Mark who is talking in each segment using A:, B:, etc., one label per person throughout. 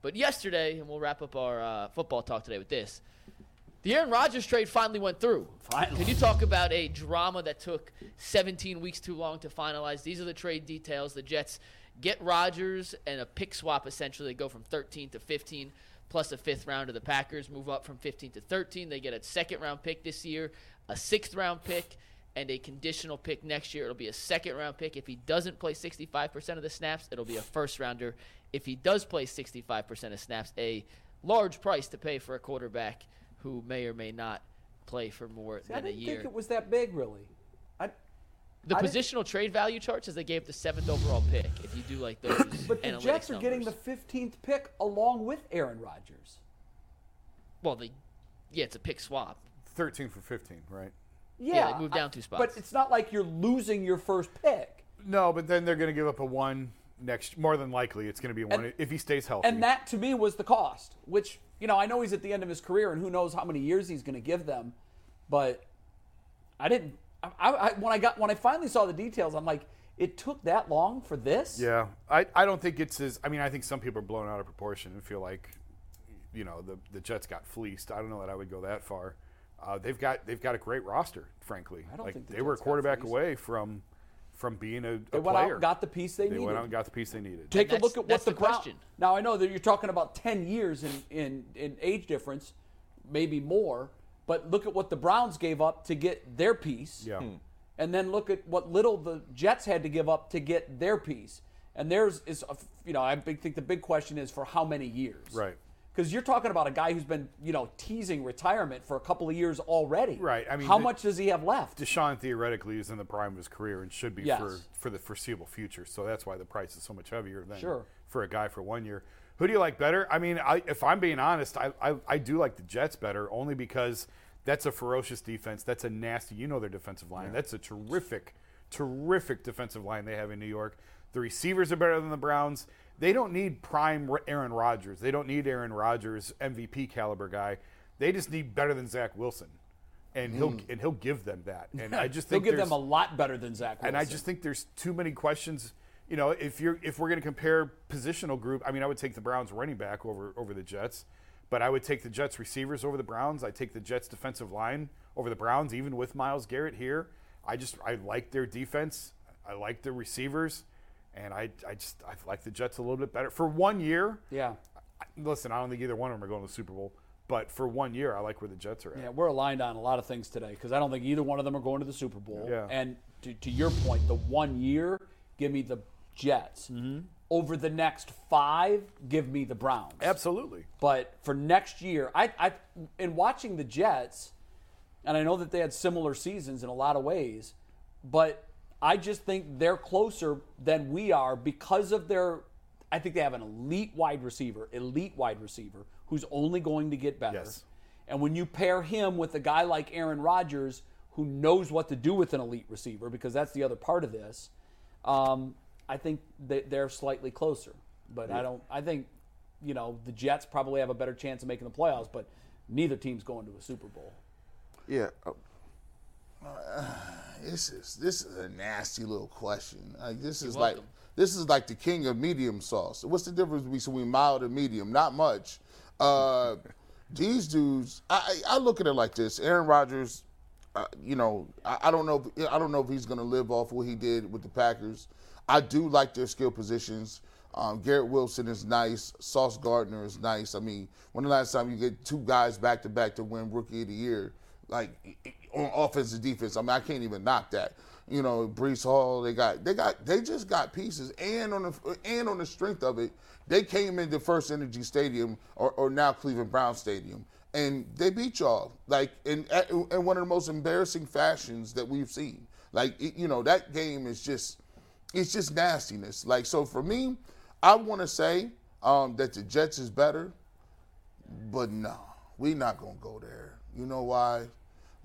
A: But yesterday, and we'll wrap up our uh, football talk today with this. The Aaron Rodgers trade finally went through.
B: Finally.
A: Can you talk about a drama that took 17 weeks too long to finalize? These are the trade details. The Jets get Rodgers and a pick swap, essentially. They go from 13 to 15, plus a fifth round to the Packers, move up from 15 to 13. They get a second round pick this year, a sixth round pick, and a conditional pick next year. It'll be a second round pick. If he doesn't play 65% of the snaps, it'll be a first rounder. If he does play 65% of snaps, a large price to pay for a quarterback who may or may not play for more
C: I
A: than a
C: didn't
A: year.
C: think it was that big, really. I,
A: the
C: I didn't-
A: positional trade value chart says they gave the seventh overall pick. If you do like those,
C: but the
A: analytics
C: Jets are getting the
A: numbers.
C: 15th pick along with Aaron Rodgers.
A: well, the yeah, it's a pick swap.
D: 13 for 15, right?
C: Yeah,
A: they moved down
C: I-
A: two
C: But
A: spots.
C: it's not like you're losing your first pick,
D: No, but then they're going to give up a one next. More than likely, it's going to be a one if he stays healthy.
A: Mm-hmm.
C: and that to me was the cost. Which you know, I know he's at the end of his career, and who knows how many years he's going to give them. But I didn't. I, I, I- when I got when I finally saw the details, I'm like, it took that long for this.
D: yeah, I, I don't think it's as. I mean, I think some people are blown out of proportion and feel like, you know, the the Jets got fleeced. I don't know that I would go that far. Uh, they've got they've got a great roster, frankly.
C: don't
D: like
C: think the
D: they were a
C: Jets got
D: quarterback
C: fleeced.
D: away from from being a, a
C: They went out
D: player.
C: and got the piece they,
D: they
C: needed.
D: went out and got the piece they needed.
C: Take a
A: That's-
C: look at
A: that's
C: what the,
A: the
C: Brown-
A: question.
C: Now I know that you're talking about ten years in, in, in age difference, maybe more, but look at what the Browns gave up to get their piece.
D: Yeah. Hmm.
C: And then look at what little the Jets had to give up to get their piece. And theirs is, a f- you know, I big- think the big question is for how many years?
D: Right.
C: Because you're talking about a guy who's been, you know, teasing retirement for a couple of years already.
D: Right, I mean,
C: how
D: the-
C: much does he have left?
D: Deshaun theoretically is in the prime of his career and should be
C: Yes.
D: for, for the foreseeable future. So that's why the price is so much heavier than
C: Sure.
D: for a guy for one year. Who do you like better? I mean, I, if I'm being honest, I, I, I do like the Jets better only because that's a ferocious defense. That's a nasty, you know, their defensive line. That's a terrific, terrific defensive line they have in New York. The receivers are better than the Browns. They don't need prime R- Aaron Rodgers. They don't need Aaron Rodgers, MVP caliber guy. They just need better than Zach Wilson. And he'll and he'll give them that. And I just
C: They'll Hmm.
D: think
C: give them
D: there's-
C: a lot better than Zach.
D: and I
C: Wilson.
D: just think there's too many questions. You know, if you're if we're going to compare positional group, I mean, I would take the Browns running back over over the Jets, but I would take the Jets receivers over the Browns. I take the Jets defensive line over the Browns, even with Miles Garrett here. I just I like their defense. I like their receivers, and I I just I like the Jets a little bit better for one year.
C: yeah,
D: I- Listen, I don't think either one of them are going to the Super Bowl, but for one year, I like where the Jets are at.
C: Yeah, we're aligned on a lot of things today because I don't think either one of them are going to the Super Bowl.
D: Yeah.
C: And to, to your point, the one year, give me the Jets. Over the next five, give me the Browns.
D: Absolutely.
C: But for next year, I, I in watching the Jets, and I know that they had similar seasons in a lot of ways, but I just think they're closer than we are because of their. I think they have an elite wide receiver, elite wide receiver who's only going to get better.
D: Yes.
C: And when you pair him with a guy like Aaron Rodgers, who knows what to do with an elite receiver, because that's the other part of this, um, I think that they're slightly closer. But I don't. I think you know the Jets probably have a better chance of making the playoffs, but neither team's going to a Super Bowl.
E: Yeah. Uh, this is this is a nasty little question. Like this is like
A: welcome.
E: this is like the king of medium sauce. What's the difference between mild and medium? Not much. Uh, these dudes, I, I I look at it like this: Aaron Rodgers. Uh, you know, I, I don't know. If, I don't know if he's going to live off what he did with the Packers. I do like their skill positions. Um, Garrett Wilson is nice. Sauce Gardner is nice. I mean, when the last time you get two guys back to back to win Rookie of the Year, like e, on offense and defense. I mean, I can't even knock that. You know, Brees Hall. They got they got they just got pieces, and on the and on the strength of it, they came into First Energy Stadium or, or now Cleveland Brown Stadium, and they beat y'all like in in one of the most embarrassing fashions that we've seen. Like it, you know, that game is just it's just nastiness. Like so for me, I want to say um, that the Jets is better
F: But no, we not gonna go there. You know why?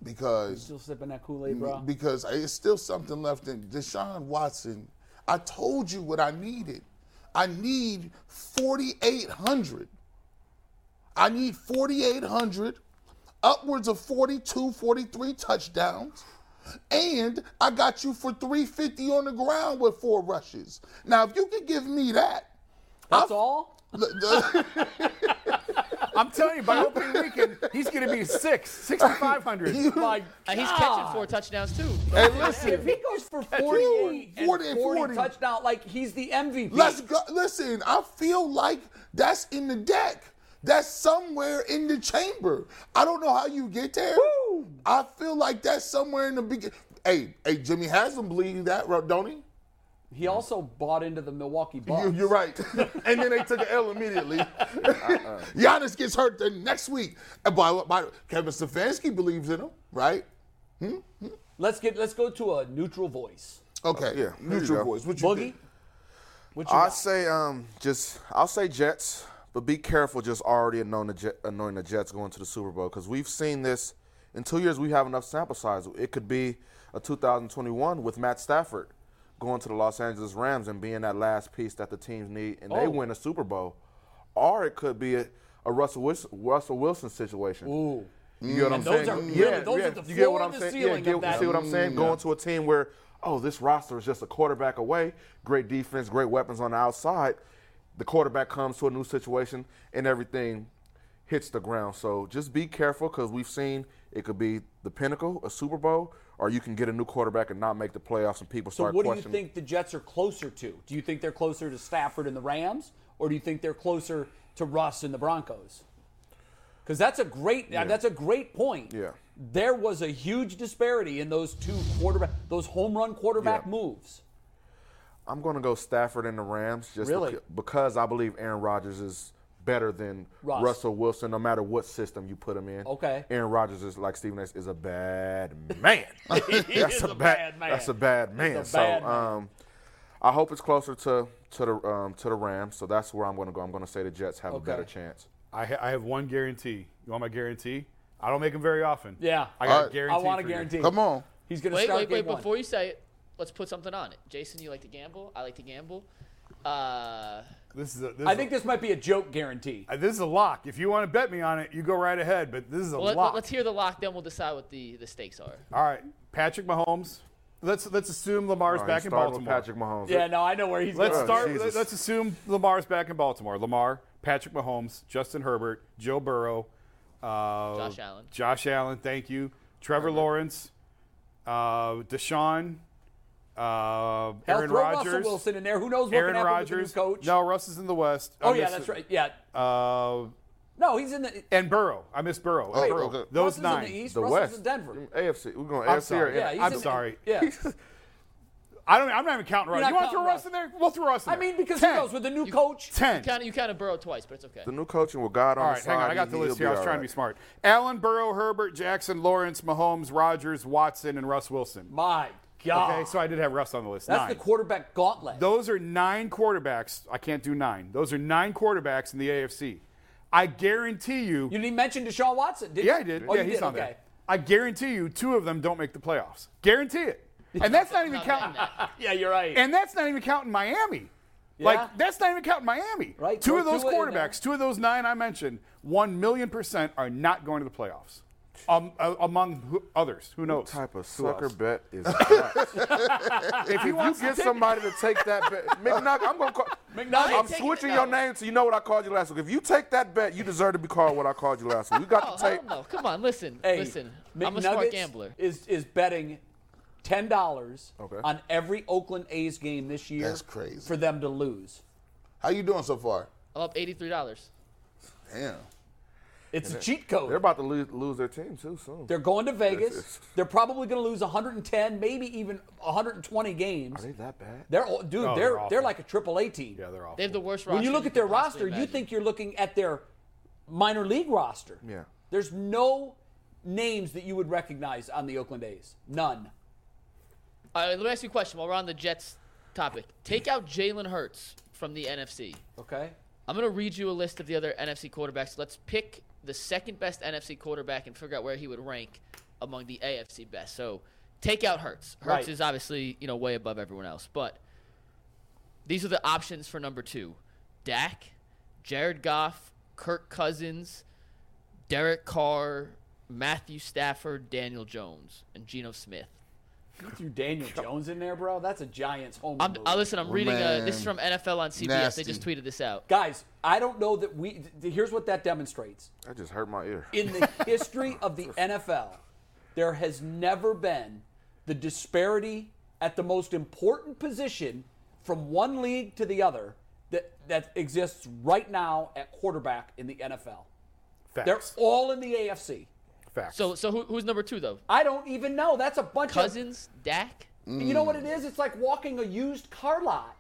F: Because
C: Still sipping that Kool Aid, bro.
F: because it's still something left in Deshaun Watson. I told you what I needed. I need 4,800. I need 4,800, upwards of 42, 43 touchdowns. And I got you for 350 on the ground with four rushes. Now, if you could give me that,
C: That's all.
D: I'm telling you, by opening weekend, he's going to be six, 6,500.
C: My
A: And Uh, he's
C: God.
A: catching four touchdowns too.
F: hey, listen,
C: If he goes for 40, and
F: 40
C: 40,
F: and 40.
C: touchdown, like he's the MVP.
F: Let's go. Listen, I feel like that's in the deck. That's somewhere in the chamber. I don't know how you get there. I feel like that's somewhere in the beginning. Hey, hey, Jimmy Haslam believe that, right, don't he?
C: He also bought into the Milwaukee Bucks.
F: You, you're right. and then they took an L immediately.
E: Uh-uh.
F: Giannis gets hurt the next week. And by, by Kevin Stefanski believes in him, right?
C: Let's get let's go to a neutral voice.
E: Uh,
F: Okay.
E: yeah, there you
F: Neutral
E: go.
F: voice. What you
C: Boogie,
F: think?
C: what you
E: I
C: got?
E: say um just I'll say Jets, but be careful just already anointing the, Jet, anointing the Jets going to the Super Bowl because we've seen this in two years. We have enough sample size. It could be a 2021 with Matt Stafford going to the Los Angeles Rams and being that last piece that the teams need, and
C: Oh.
E: they win a Super Bowl, or it could be a, a Russell Wilson, Russell Wilson situation.
C: Ooh.
E: You get what I'm
C: those
E: saying?
C: are really- those are the
E: you get what
C: floor
E: I'm
C: and the
E: saying?
C: ceiling
E: yeah, get,
C: of that Mm.
E: See what I'm saying? Going to a team where, oh, this roster is just a quarterback away, great defense, great weapons on the outside. The quarterback comes to a new situation and everything hits the ground. So just be careful because we've seen it could be the pinnacle, a Super Bowl, or you can get a new quarterback and not make the playoffs and people
C: So
E: start
C: what do you
E: questioning.
C: think the Jets are closer to? Do you think they're closer to Stafford and the Rams, or do you think they're closer to Russ and the Broncos? Because that's a great that's a great point.
E: Yeah.
C: There was a huge disparity in those two quarterback those home run quarterback
E: Yeah.
C: moves.
E: I'm going to go Stafford and the Rams just
C: Really?
E: beca- because I believe Aaron Rodgers is better than
C: Russ.
E: Russell Wilson, no matter what system you put him in.
C: Okay.
E: Aaron Rodgers is like Stephen A. is a bad man. that's
B: is a bad man.
E: That's a bad man.
C: a
E: so
C: bad man.
E: um, I hope it's closer to to the um, to the Rams. So that's where I'm going to go. I'm going to say the Jets have a better chance.
D: I, ha- I have one guarantee. You want my guarantee? I don't make them very often.
C: Yeah.
D: I
A: Uh,
D: got a
F: All right.
D: guarantee.
C: I want to
D: for you.
C: guarantee.
F: Come on.
C: He's going to
A: Wait,
C: start
A: wait, wait!
C: game one.
A: Before you say it, let's put something on it. Jason, you like to gamble. I like to gamble. Uh,
D: This is a, this
C: I
D: is
C: think
D: a,
C: this might be a joke guarantee.
D: uh, this is a lock. If you want to bet me on it, you go right ahead. But this is a
A: let,
D: lock.
A: us hear the lock, then we'll decide what the, the stakes are.
D: All right, Patrick Mahomes. Let's let's assume Lamar's
E: All right,
D: back in
E: starting
D: Baltimore.
E: with Patrick Mahomes. Oh,
C: Yeah, no, I know where he's
D: Let's
C: going.
D: start.
E: Jesus.
D: let- Let's assume Lamar's back in Baltimore. Lamar, Patrick Mahomes, Justin Herbert, Joe Burrow, uh,
A: Josh Allen.
D: Josh Allen. Thank you, Trevor Lawrence, uh, Deshaun, uh,
C: Hell,
D: Aaron
C: throw
D: Rodgers,
C: Russell Wilson in there. Who knows what
D: Aaron
C: can happen
D: Rodgers.
C: with the new coach?
D: No, Russ is in the West. I
C: Oh yeah,
D: miss-
C: that's right. Yeah.
D: Uh,
C: No, he's in the
D: and Burrow. I miss Burrow.
F: Oh,
D: Burrow.
F: okay.
D: Those
C: Russ is
D: nine.
C: in the East.
E: The
C: Russ
E: West,
C: is in Denver.
E: AFC. We're going
D: I'm
E: AFC or
D: sorry.
C: Yeah, he's
D: I'm
C: in-
D: sorry.
C: Yeah.
D: I don't. I'm not even counting Russ.
C: not
D: You want to
C: counting
D: throw Russ
C: Russ.
D: in there? We'll throw Russ in
C: I
D: there.
C: mean, because
D: ten.
C: he goes with the new coach.
D: ten.
A: Kind of, you kind of burrowed twice, but it's okay.
E: the new coaching with God on
D: All
E: the
D: right,
E: side.
D: hang on. I got
E: he-
D: the
E: he'll
D: list here. I was
E: all
D: trying to be
E: right.
D: smart. Allen, Burrow, Herbert, Jackson, Lawrence, Mahomes, Rogers, Watson, and Russ Wilson.
C: My God.
D: Okay, so I did have Russ on the list.
C: That's
D: nine.
C: the quarterback gauntlet.
D: Those are nine quarterbacks. I can't do nine. Those are nine quarterbacks in the AFC. I guarantee you.
C: you didn't mention Deshaun Watson, did
D: yeah,
C: you?
D: I did.
C: Oh,
D: yeah,
C: you
D: he's
C: did.
D: on
C: okay.
D: there. I guarantee you, two of them don't make the playoffs. Guarantee it. And that's not even counting.
C: Yeah, you're right.
D: And that's not even counting Miami.
C: Yeah.
D: Like that's not even counting Miami.
C: Right,
D: Two
C: throw
D: of those
C: Tua in there.
D: quarterbacks, two of those nine I mentioned, one million percent are not going to the playoffs. Um, a- among who, others, who knows?
E: type of
D: Who else?
E: sucker bet is that? if you, get somebody to take that bet, McNuck, I'm gonna call.
C: McNuggets.
E: I'm
A: taking
E: switching
A: it
E: your
A: now.
E: name so you know what I called you last week. If you take that bet, you deserve to be called what I called you last week. We got
A: Oh,
E: the tape.
A: hell no. Come on, listen.
C: Hey,
A: listen.
C: McNuggets
A: I'm a smart gambler.
C: Is is betting ten dollars
E: Okay.
C: on every Oakland A's game this year.
F: That's crazy.
C: For them to lose.
F: How you doing so far?
A: I'm up $83.
F: Damn.
C: It's a cheat code.
E: They're about to lose, lose their team too soon.
C: They're going to Vegas.
E: is-
C: They're probably going to lose 110, maybe even 120 games.
E: Are they that bad?
C: They're all- dude. they're
D: Oh, they're
C: they're,
D: awful.
C: like a AAA team.
D: Yeah, they're off.
A: They have the worst roster.
C: when you look
A: you
C: at their
A: could possibly
C: roster, you
A: imagine.
C: think you're looking at their minor league roster.
E: Yeah.
C: There's no names that you would recognize on the Oakland A's. None.
A: All right, let me ask you a question while we're on the Jets topic. Take out Jalen Hurts from the NFC.
C: Okay.
A: I'm going to read you a list of the other NFC quarterbacks. Let's pick the second best NFC quarterback and figure out where he would rank among the AFC best. So take out Hertz. Hertz
C: Right.
A: is obviously, you know, way above everyone else. But these are the options for number two Dak, Jared Goff, Kirk Cousins, Derek Carr, Matthew Stafford, Daniel Jones, and Geno Smith.
C: You threw Daniel Jones in there, bro. That's a Giants home.
A: I'm,
C: run.
A: I, listen, I'm reading. Uh, this is
F: Man.
A: from NFL on CBS.
F: Nasty.
A: They just tweeted this out.
C: Guys, I don't know that we. th- th- here's what that demonstrates.
E: That just hurt my ear.
C: In the history of the NFL, there has never been the disparity at the most important position from one league to the other that, that exists right now at quarterback in the NFL. They're
D: Facts.
C: all in the AFC.
D: Facts.
A: So, so who, who's number two though?
C: I don't even know. That's a bunch of.
A: Cousins, Dak.
C: You know what it is? It's like walking a used car lot.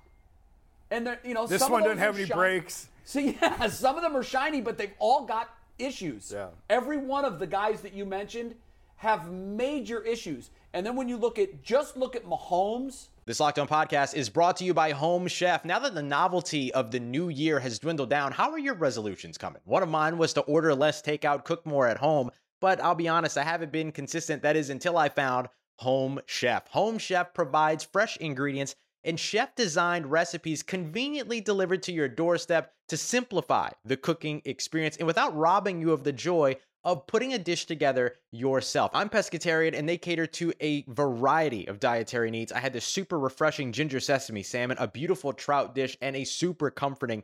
C: And they're, you know,
D: this
C: some
D: one
C: of
D: doesn't
C: those
D: have
C: are
D: any
C: shot-
D: breaks.
C: So yeah, some of them are shiny, but they've all got issues.
D: Yeah.
C: Every one of the guys that you mentioned have major issues. And then when you look at just look at Mahomes,
G: This Locked On podcast is brought to you by Home Chef. Now that the novelty of the new year has dwindled down, how are your resolutions coming? One of mine was to order less takeout, cook more at home, but I'll be honest, I haven't been consistent. That is until I found Home Chef. Home Chef provides fresh ingredients and chef designed recipes conveniently delivered to your doorstep to simplify the cooking experience and without robbing you of the joy of putting a dish together yourself. I'm pescatarian and they cater to a variety of dietary needs. I had this super refreshing ginger sesame salmon, a beautiful trout dish, and a super comforting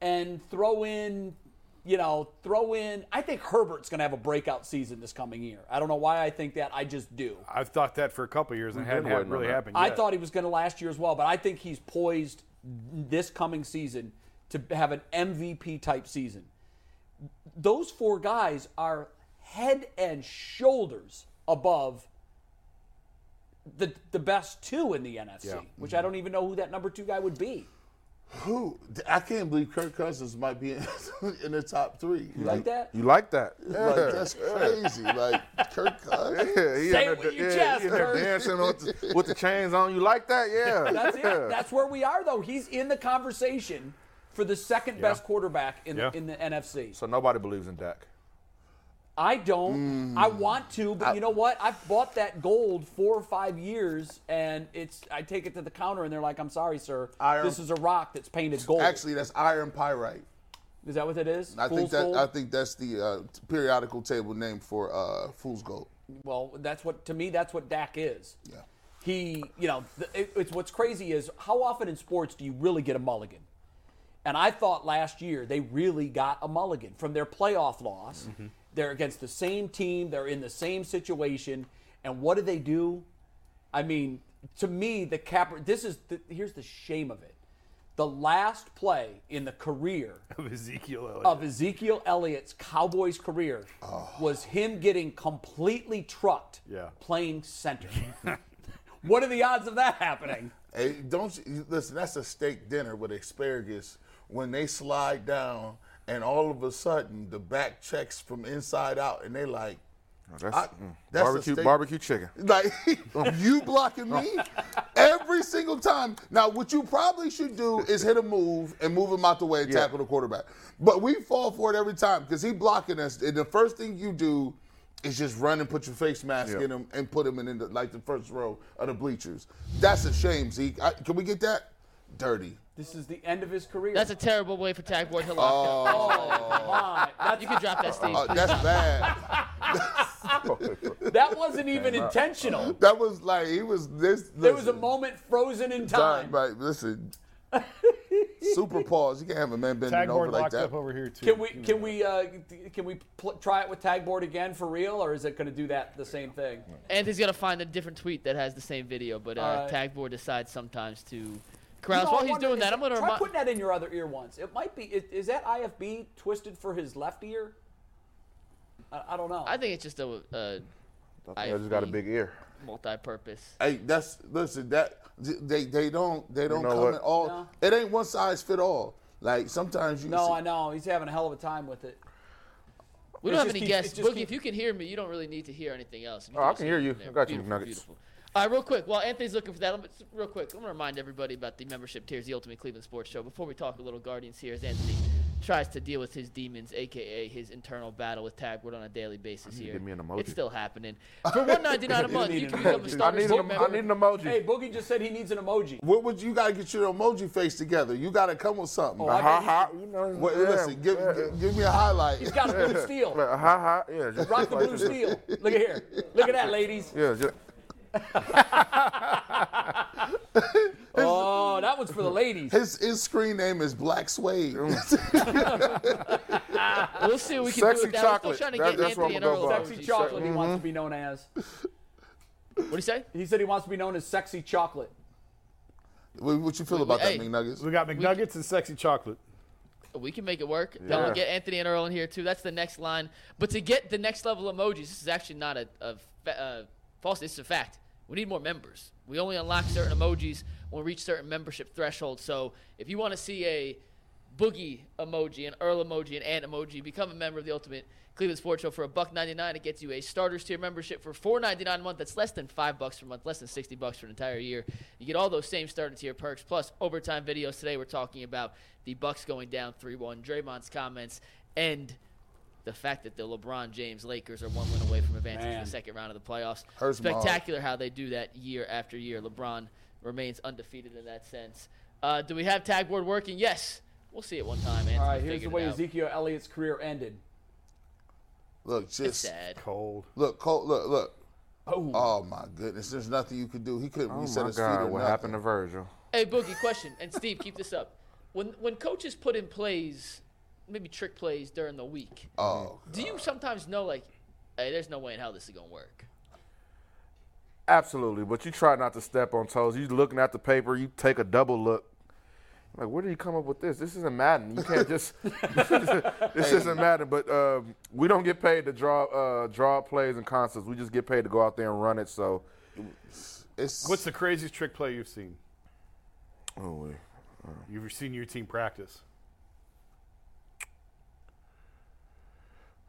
C: and throw in, you know, throw in. I think Herbert's going to have a breakout season this coming year. I don't know why I think that. I just do.
D: I've thought that for a couple years and it hadn't
E: been
D: had
E: waiting on
D: really
E: that.
D: happened.
C: I
D: yet.
C: thought he was going to last year as well, but I think he's poised this coming season to have an MVP type season. Those four guys are head and shoulders above the the best two in the NFC, which I don't even know who that number two guy would be.
F: Who? I can't believe Kirk Cousins might be in, in the top three.
C: You like that?
E: You like that?
F: Like, that's crazy. Like, Kirk Cousins?
E: Yeah,
C: Say
E: he
C: it
E: in there
C: with your
E: da-
C: chest,
E: he in there
C: Kurt.
E: dancing on the- with the chains on. You like that? Yeah.
C: That's it. That's where we are, though. He's in the conversation for the second best quarterback in
D: Yeah.
C: in the NFC.
E: so nobody believes in Dak.
C: I don't. I
F: Hmm.
C: want to, but you know what? I've bought that gold four or five years, and it's. I take it to the counter, and they're like, "I'm sorry, sir.
F: Iron-
C: This is a rock that's painted gold."
F: Actually, that's iron pyrite.
C: is that what it is?
F: I think
C: Fool's
F: that
C: gold?
F: I think that's the uh, periodical table name for uh, fool's gold.
C: well, that's what to me. That's what Dak is.
F: Yeah.
C: He, you know, th- it, it's what's crazy is how often in sports do you really get a mulligan? And I thought last year they really got a mulligan from their playoff loss. They're against the same team, they're in the same situation, and what do they do? I mean, to me, the cap. This is the, here's the shame of it. The last play in the career
D: Ezekiel Elliott.
C: of Ezekiel Elliott's Cowboys career was him getting completely trucked
D: Yeah.
C: playing center. what are the odds of that happening?
F: Hey, don't you, listen. That's a steak dinner with asparagus. When they slide down, and all of a sudden the back checks from inside out, and they like,
E: That's,
F: I-
E: mm,
F: that's
E: barbecue
F: a steak-
E: barbecue chicken.
F: like you blocking me every single time. Now, what you probably should do is hit a move and move him out the way and
E: Yeah.
F: tackle the quarterback. But we fall for it every time because he blocking us, and the first thing you do is just run and put your face mask
E: Yeah.
F: in him and put him in, the, like the first row of the bleachers. That's a shame, Zeke. I, can we get that? Dirty.
C: This is the end of his career.
A: That's a terrible way for Tag Boyd to lock
C: oh my! That's,
A: You can drop that, Steve.
F: Uh, that's bad.
C: that wasn't even intentional.
F: That was like he was this.
C: There was a
F: listen.
C: moment frozen in
F: Right,
C: time.
F: right. Listen. Super pause. You can't have a man bending over
D: Tagboard
F: like
D: locked
F: that.
D: up over here too.
C: Can we can we uh, can we pl- try it with tagboard again for real, or is it going to do that the same thing?
A: Anthony's gonna find a different tweet that has the same video, but uh,
C: All right.
A: Tagboard decides sometimes to Kraus,
C: know, I
A: while he's
C: wonder,
A: doing
C: is
A: that, I'm going to
C: try
A: remind.
C: putting that in your other ear once. It might be. Is, is that IFB twisted for his left ear? I, I don't know.
A: I think it's just a, uh, a
E: I just got a big ear.
A: multi-purpose.
F: Hey, that's listen. That they they don't they don't
E: know
F: come
E: what?
F: at all.
C: No.
F: It ain't one size fit all. Like sometimes you.
C: no,
F: see-
C: I know he's having a hell of a time with it.
A: We don't
C: It
A: have
C: just
A: any
C: keeps-
A: guests.
C: it just
A: Boogie,
C: keeps-
A: if you can hear me, you don't really need to hear anything else.
E: Oh, I
A: just
E: can hear
A: it
E: you.
A: from there.
E: I got you,
A: Beautiful,
E: Nuggets.
A: beautiful. All right, real quick. While Anthony's looking for that, let me- real quick, I'm going to remind everybody about the membership tiers, the Ultimate Cleveland Sports Show. Before we talk a little Guardians here, as Anthony tries to deal with his demons, a.k.a. his internal battle with Tagwood on a daily basis here.
E: give me an emoji.
A: It's still happening. For $1.99 a month,
C: need
A: you
C: an
A: can become a
C: emoji.
E: I
A: starter
E: need,
A: Gold
E: an, I
A: member.
E: need an emoji.
C: Hey, Boogie just said he needs an emoji.
F: What would you gotta get your emoji face together? You gotta come with something.
C: Oh, I
E: ha
C: bet
E: ha. You know,
F: Wait,
E: yeah,
F: listen, give,
E: yeah.
F: give, give me a highlight.
C: He's got a blue steel.
E: Ha ha. Yeah. Just
C: Rock the
E: like
C: blue
E: this.
C: steel. Look at here. Look at that, ladies.
E: Yeah. Just,
C: Oh, that one's for the ladies.
F: His his screen name is Black Suede.
A: We'll see what we can do
E: Sexy
A: with that. We're
E: chocolate.
A: still trying to
E: That-
A: get
E: that's
A: Anthony
E: what I'm
A: in
E: gonna
A: our
E: go
A: little
E: for.
C: Sexy
A: emoji.
C: chocolate. He
E: Mm-hmm.
C: wants to be known as.
A: What do you say?
C: He said he wants to be known as sexy chocolate.
F: what, what you feel about
A: hey.
F: that, McNuggets?
D: We got McNuggets and sexy chocolate.
A: We can make it work. Then we'll
E: Yeah.
A: get Anthony and Earl in here too. That's the next line. But to get the next level emojis, this is actually not a, a fa- uh, false. This is a fact. We need more members. We only unlock certain emojis when we reach certain membership thresholds. So if you want to see a boogie emoji, an Earl emoji, an Ant emoji, become a member of the Ultimate Cleveland Sports Show for a buck ninety nine. It gets you a starters tier membership for four ninety nine a month. That's less than five bucks per month, less than sixty bucks for an entire year. You get all those same starter tier perks plus overtime videos. Today we're talking about the Bucks going down three one, Draymond's comments, and the fact that the LeBron James Lakers are one win away from advancing to
C: Man.
A: the second round of the playoffs.
F: Hurts my heart.
A: Spectacular how they do that year after year. LeBron remains undefeated in that sense. Uh, do we have tag board working? Yes. We'll see it one time, Anthony.
C: All right, here's the
A: figured it
C: way
A: out.
C: Ezekiel Elliott's career ended.
F: Look,
A: It's
F: just
A: sad.
D: Cold.
F: look, Cole, look, look.
C: Oh,
F: Oh my goodness, there's nothing you could do. He couldn't
E: oh
F: reset
E: my
F: his feet or
E: God! What
F: nothing.
E: happened to Virgil?
A: Hey, Boogie, question. And Steve, keep this up. When when coaches put in plays, maybe trick plays during the week,
F: Oh,
A: do you sometimes know like, hey, there's no way in hell this is gonna work?
E: Absolutely, but you try not to step on toes. You looking at the paper, you take a double look. Like, where did you come up with this? This isn't Madden. You can't just. this isn't Madden. But um, we don't get paid to draw uh, draw up plays and concepts. We just get paid to go out there and run it. So,
F: it's
D: What's the craziest trick play you've seen?
E: oh, wait.
D: You've seen your team practice.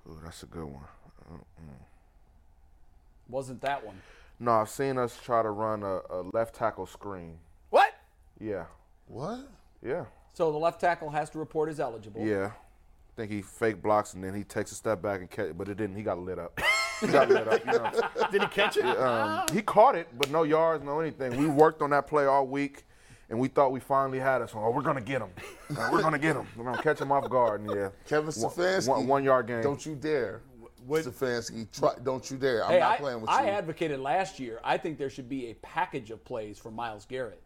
E: Ooh, that's a good one.
C: wasn't that one?
E: No, I've seen us try to run a, a left tackle screen.
C: What?
E: Yeah,
F: what?
E: yeah,
C: So the left tackle has to report as eligible.
E: yeah. I think he fake blocks and then he takes a step back and catch it, but it didn't. He got lit up. he got lit up. You know what I'm saying?
D: Did he catch it?
E: Um, he caught it, but no yards, no anything. We worked on that play all week, and we thought we finally had us. Oh, we're gonna get him. Uh, we're gonna get him. We're gonna catch him off guard. And yeah,
F: Kevin
E: One-
F: Stefanski.
E: one- one yard game.
F: Don't you dare,
D: What-
F: Stefanski. Try, don't you dare. I'm
C: Hey,
F: not
C: I,
F: playing with
C: I
F: you.
C: advocated last year. I think there should be a package of plays for Miles Garrett.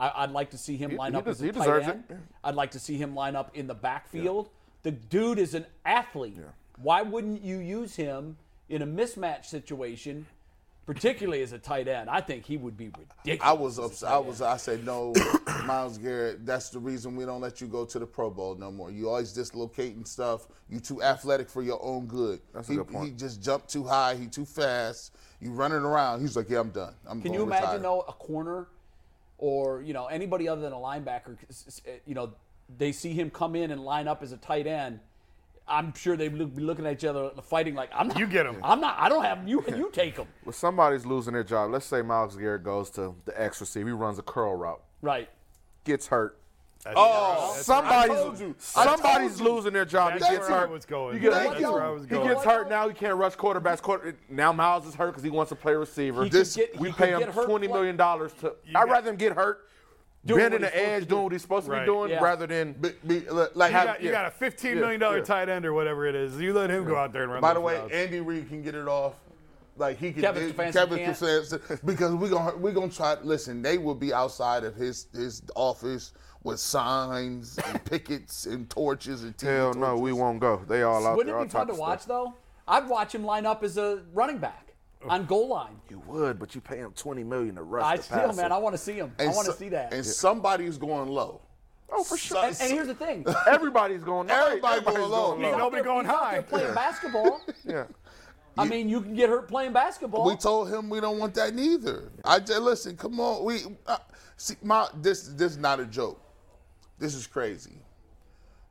C: I, I'd like to see him line
E: he
C: up
E: des-
C: as a
E: he
C: tight
E: deserves
C: end.
E: it.
C: I'd like to see him line up in the backfield. The dude is an athlete. Why wouldn't you use him in a mismatch situation, particularly as a tight end? I think he would be ridiculous.
F: I was upset. I was. I said no, Miles Garrett. That's the reason we don't let you go to the Pro Bowl no more. You always dislocating stuff. You too athletic for your own good. That's
E: a
F: he,
E: good point.
F: He just jumped too high. He too fast. You running around. He's like, yeah, I'm done. I'm.
C: Can
F: going
C: you imagine
F: retired.
C: though a corner or you know anybody other than a linebacker? 'cause, uh, You know they see him come in and line up as a tight end. I'm sure they would be looking at each other, fighting like, "I'm not,
D: You get 'em.
C: I'm not. I don't have 'em. You you take him."
E: Well, somebody's losing their job. Let's say Miles Garrett goes to the X receiver. He runs a curl route,
C: Right.
E: gets hurt.
D: oh,
E: somebody's
F: told you. I told
E: somebody's
F: you.
E: losing their job.
D: That's
E: he gets
D: where I
E: hurt.
D: was going.
E: You get-
F: Thank
E: he,
F: you.
D: where I was
E: he
D: going.
E: gets hurt now. He can't rush quarterbacks. Quarter, now Miles is hurt because he wants to play receiver.
C: He could This- get- he
E: we
C: could
E: pay him
C: get hurt
E: twenty million dollars to.
D: got-
E: I'd rather him get hurt, bending
C: what he's
E: the edge,
C: supposed to
E: doing what he's supposed to
D: Right.
E: be doing,
C: Yeah.
E: rather than
F: Be- be- look, like,
D: You
E: have-
D: got, you
E: yeah.
D: got a fifteen million
E: Yeah,
D: dollar
E: yeah.
D: tight end or whatever it is. You let him go out there and run.
F: by the
D: those
F: way,
D: routes.
F: Andy Reid can get it off. Like he can.
C: Kevin
F: it-
C: Stefanski
F: Kevin
C: can't.
F: Stefanski- because we're gonna we're gonna try. Listen, they will be outside of his his office with signs and pickets and torches and TV
E: Hell no,
F: torches.
E: we won't go. They all out
C: Wouldn't
E: there.
C: it
E: all
C: be fun
E: type
C: to
E: of
C: watch
E: stuff.
C: though? I'd watch him line up as a running back. on goal line.
E: You would, but you pay him twenty million to rush.
C: I
E: the
C: still,
E: passer.
C: man, I want to see him. I want to
F: so-
C: see that.
F: And somebody's going low.
E: Oh, for sure.
C: And, and here's the thing.
E: everybody's going.
F: Everybody going low.
D: Ain't
F: He's
C: Out
D: nobody
C: there-
D: going
C: he's out there
D: high.
C: Playing basketball.
E: Yeah.
C: I mean, you can get hurt playing basketball.
F: We told him we don't want that neither. I just listen. Come on, we uh, see my this this is not a joke. This is crazy.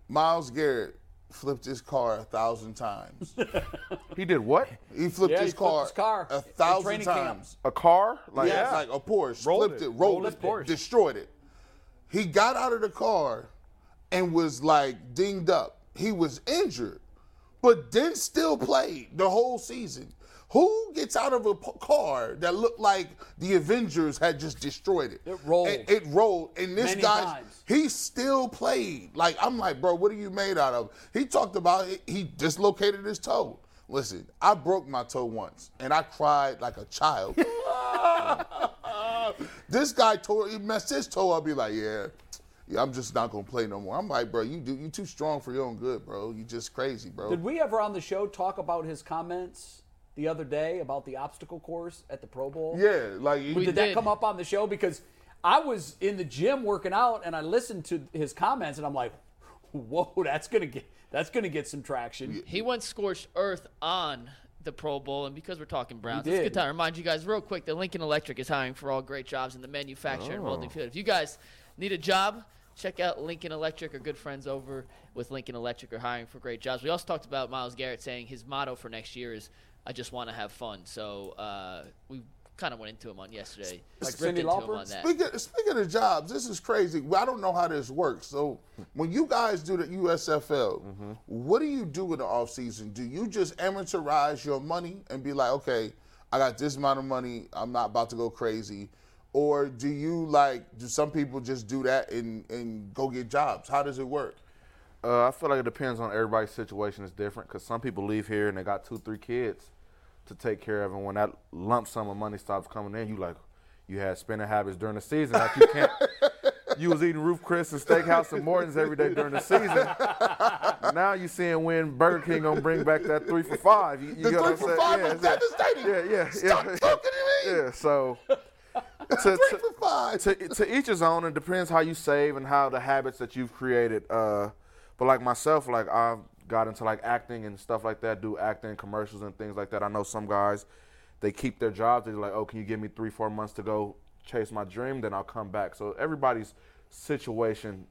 F: Miles Garrett flipped his car a thousand times.
E: He did what?
F: He flipped,
C: Yeah, he
F: his,
C: flipped
F: car
C: his car
F: a
C: in
F: thousand
C: training
F: times.
C: camps.
E: A car? Like
F: Yeah, it's like a Porsche.
D: Rolled
F: flipped
D: it.
F: it, rolled,
D: Rolled
F: it,
D: it. Porsche.
F: destroyed it. He got out of the car and was like dinged up. He was injured, but then still played the whole season. Who gets out of a p- car that looked like the Avengers had just destroyed it?
C: It rolled.
F: And it rolled, and this
C: Many
F: guy,
C: times.
F: he still played. Like I'm like, bro, what are you made out of? He talked about he, he dislocated his toe. Listen, I broke my toe once, and I cried like a child. this guy tore he messed his toe up. Be like, yeah, yeah, I'm just not gonna play no more. I'm like, bro, you do you too strong for your own good, bro. You just crazy, bro.
E: Oh.
C: Did we ever on the show talk about his comments the other day about the obstacle course at the Pro Bowl?
F: yeah, like you,
C: did,
A: did.
C: that come up on the show? Because I was in the gym working out and I listened to his comments and I'm like, whoa, that's gonna get that's gonna get some traction.
A: He went scorched earth on the Pro Bowl, and because we're talking Browns, it's a good
C: did.
A: time to remind you guys real quick that Lincoln Electric is hiring for all great jobs in the manufacturing and
C: Oh.
A: welding field. If you guys need a job, check out Lincoln Electric. Our good friends over with Lincoln Electric are hiring for great jobs. We also talked about Miles Garrett saying his motto for next year is "I just want to have fun." So uh, we kind of went into him on yesterday, like ripped
C: Cindy
A: into him
C: Lauper?
A: on that.
F: Speaking, speaking of jobs, this is crazy. Well, I don't know how this works. So, when you guys do the USFL,
C: Mm-hmm.
F: what do you do in the offseason? Do you just amateurize your money and be like, okay, I got this amount of money, I'm not about to go crazy? Or do you like, do some people just do that and, and go get jobs? How does it work?
E: Uh, I feel like it depends on everybody's situation is different because some people leave here and they got two, three kids to take care of, and when that lump sum of money stops coming in, you like you had spending habits during the season like you can't. you was eating Roof Chris and Steakhouse and Morton's every day during the season. now you seeing when Burger King gonna bring back that three for five. You, you
F: The
E: know what
F: three
E: I'm saying?
F: for five
E: yeah,
F: was devastating.
E: Yeah, yeah,
F: Stop
E: yeah.
F: talking to me.
E: Yeah, so. to-
F: Three
E: to-
F: for five.
E: to, to each his own. It depends how you save and how the habits that you've created. Uh, but like myself, like I've got into like acting and stuff like that. Do acting commercials and things like that. I know some guys, they keep their jobs. They're like, oh, can you give me three, four months to go chase my dream? Then I'll come back. So everybody's situation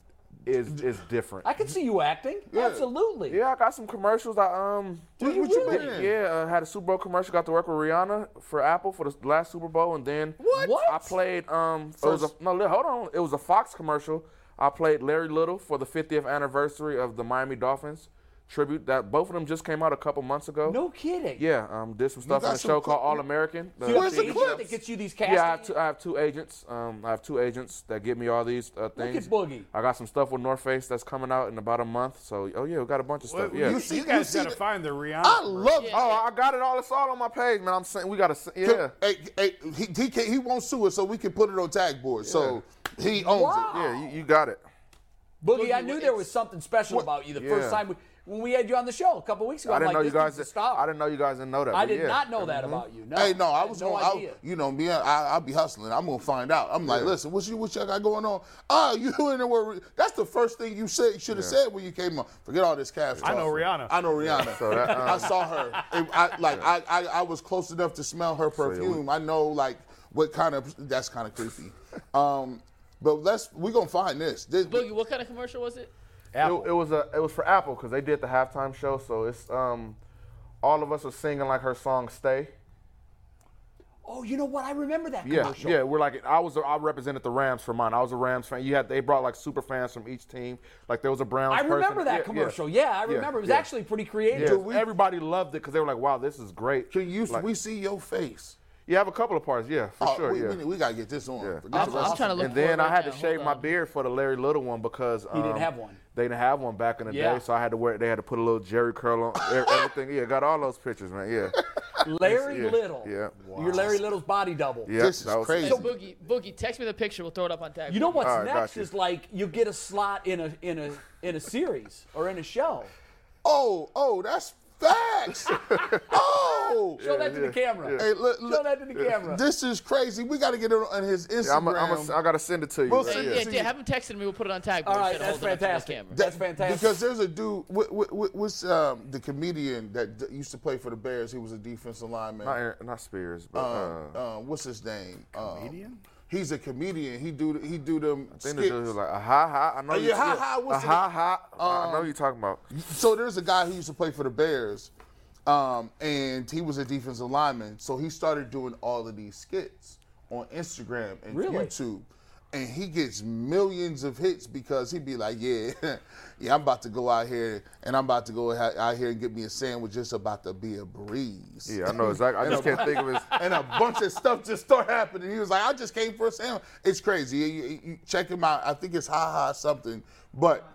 E: is is different.
C: I could see you acting. Absolutely.
E: Yeah, I got some commercials. I um,
F: What- what you been in?
E: yeah, uh, had a Super Bowl commercial. Got to work with Rihanna for Apple for the last Super Bowl, and then
C: What?
E: I played um, it was a, no, li- hold on, it was a Fox commercial. I played Larry Little for the 50th anniversary of the Miami Dolphins tribute. That both of them just came out a couple months ago.
C: No kidding.
E: Yeah, um, did some stuff
F: got
E: on a
F: some
E: show
F: cl-
E: called All American.
C: So you have
F: Where's
C: an
F: the
C: agent
F: clips?
C: that gets you these
E: Yeah, I have, uh,
C: castings?
E: two, I have two agents. Um, I have two agents that get me all these uh,
C: at
E: things.
C: Boogie.
E: I got some stuff with North Face that's coming out in about a month. So, oh yeah, we got a bunch of stuff.
D: Well,
E: yeah.
D: you,
F: see-
D: you
F: you
D: guys
F: see
D: gotta
F: the-
D: find the Rihanna.
F: I
D: version.
F: love
E: Oh, I got it all. It's all on my page, man. I'm saying we gotta. s- Yeah,
F: Hey, hey, he, he, can't, he won't sue us, so we can put it on tag board. So he owns
C: Wow.
F: it.
E: yeah, you, you got it.
C: Boogie, I
A: Boogie,
C: knew there
A: it's-
C: was something special about you the
E: Yeah.
C: first time we, when we had you on the show a couple weeks ago.
E: I
C: I'm
E: didn't
C: like,
E: know you
C: this
E: guys.
C: dude's a star.
E: I didn't know you guys didn't know that.
C: I
E: but
C: did
E: yeah.
C: not know that about you. No,
F: Hey, no, I
C: had
F: was
C: no
F: going. I,
C: idea.
F: you know me. I, I'll be hustling. I'm gonna find out. I'm like, listen, what you what y'all got going on? Ah, you in there? Were, that's the first thing you said. Should have said when you came on. Forget all this cash.
D: I know Rihanna.
F: I know Rihanna.
E: so that, um,
F: I saw her. It- I like. I, I I was close enough to smell her perfume. I know like what kind of. That's kind of creepy. Um, but let's we gonna find this. This
A: Boogie, what kind of commercial was it?
E: It, it was a. It was for Apple because they did the halftime show. So it's um, all of us are singing like her song "Stay."
C: Oh, you know what? I remember that
E: Yeah,
C: commercial.
E: yeah. We're like I was. I represented the Rams for mine. I was a Rams fan. You had they brought like super fans from each team. Like there was a Browns.
C: I remember
E: person.
C: that
E: Yeah, yeah.
C: commercial. Yeah, I remember. it was
E: yeah.
C: actually pretty creative.
E: Yeah, everybody loved it because they were like, "Wow, this is great."
F: can you
E: Like-
F: we see your face?
E: You have a couple of parts, yeah, for
C: Uh,
F: Oh,
E: sure,
F: we,
E: yeah.
F: we, need- we gotta get this on.
E: Yeah.
F: Forget
A: I'm,
F: the
A: I'm
F: rest
A: trying to
F: of
A: look.
E: and
A: for it
E: then
A: right
E: I had
A: now.
E: to shave
A: Hold
E: my
A: on.
E: beard for the Larry Little one because um,
C: didn't have one.
E: They didn't have one back in the
C: Yeah.
E: day, so I had to wear. They had to put a little Jerry curl on e- everything. Yeah, got all those pictures, man. Yeah,
C: Larry
E: Yeah,
C: Little.
E: yeah.
C: You're Larry Little's body double.
E: yeah.
F: This is
E: that was-
F: crazy.
A: Hey, Boogie, Boogie, text me the picture. We'll throw it up on tag.
C: You know what's
E: All right, got
C: next
E: you.
C: is like you get a slot in a in a in a series or in a show.
F: Oh, oh, that's facts. oh, Whoa!
C: Show that to the camera.
F: Hey, look,
C: Show
F: look,
C: that to the camera.
F: this is crazy. We got to get it on his Instagram.
E: Yeah, I'm a, I'm a, I gotta send it to you.
F: We'll
E: right
F: send
E: here.
F: it
A: yeah,
F: to
A: yeah, have him texted me. We'll put it on tag.
C: All
A: board,
C: right,
A: instead of
C: that's
A: holding it up to the
C: fantastic.
A: camera.
C: That's fantastic.
F: Because there's a dude, what, what, what, what's um, the comedian that d- used to play for the Bears? He was a defensive lineman.
E: Not, Aaron- not Spears, but
F: um,
E: uh,
F: um, what's his name? Um,
D: Comedian?
F: he's a comedian. He do he do them
E: I think the
F: skits.
E: dude was like, a ha ha. I know
F: Oh,
E: you.
F: yeah, ha,
E: yeah,
F: ha, what's
E: a
F: the
E: ha
F: name?
E: ha. I know
F: Um,
E: you're talking about.
F: So there's a guy who used to play for the Bears, um, and he was a defensive lineman. So he started doing all of these skits on Instagram and
C: Really?
F: YouTube, and he gets millions of hits because he'd be like, "Yeah, yeah, I'm about to go out here and I'm about to go ha- out here and get me a sandwich. It's about to be a breeze."
E: Yeah, I know exactly. I just can't think of his.
F: and a bunch of stuff just start happening. He was like, I just came for a sandwich. It's crazy. You, you- you check him out. I think it's Ha Ha something, but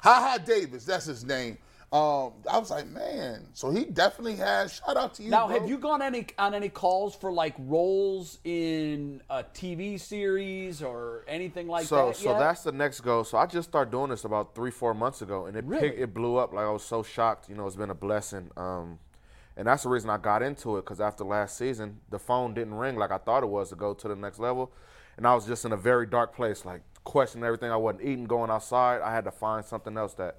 F: Ha Ha Davis, that's his name. Um, I was like, man. So he definitely has. Shout out to you.
C: Now,
F: bro.
C: have you gone any on any calls for like roles in a TV series or anything like
E: so
C: that?
E: so
C: yet?
E: that's the next goal. So I just started doing this about three four months ago, and it
C: Really?
E: picked, it blew up. Like I was so shocked. You know, it's been a blessing. Um, and that's the reason I got into it because after last season, the phone didn't ring like I thought it was to go to the next level, and I was just in a very dark place, like questioning everything. I wasn't eating, going outside. I had to find something else that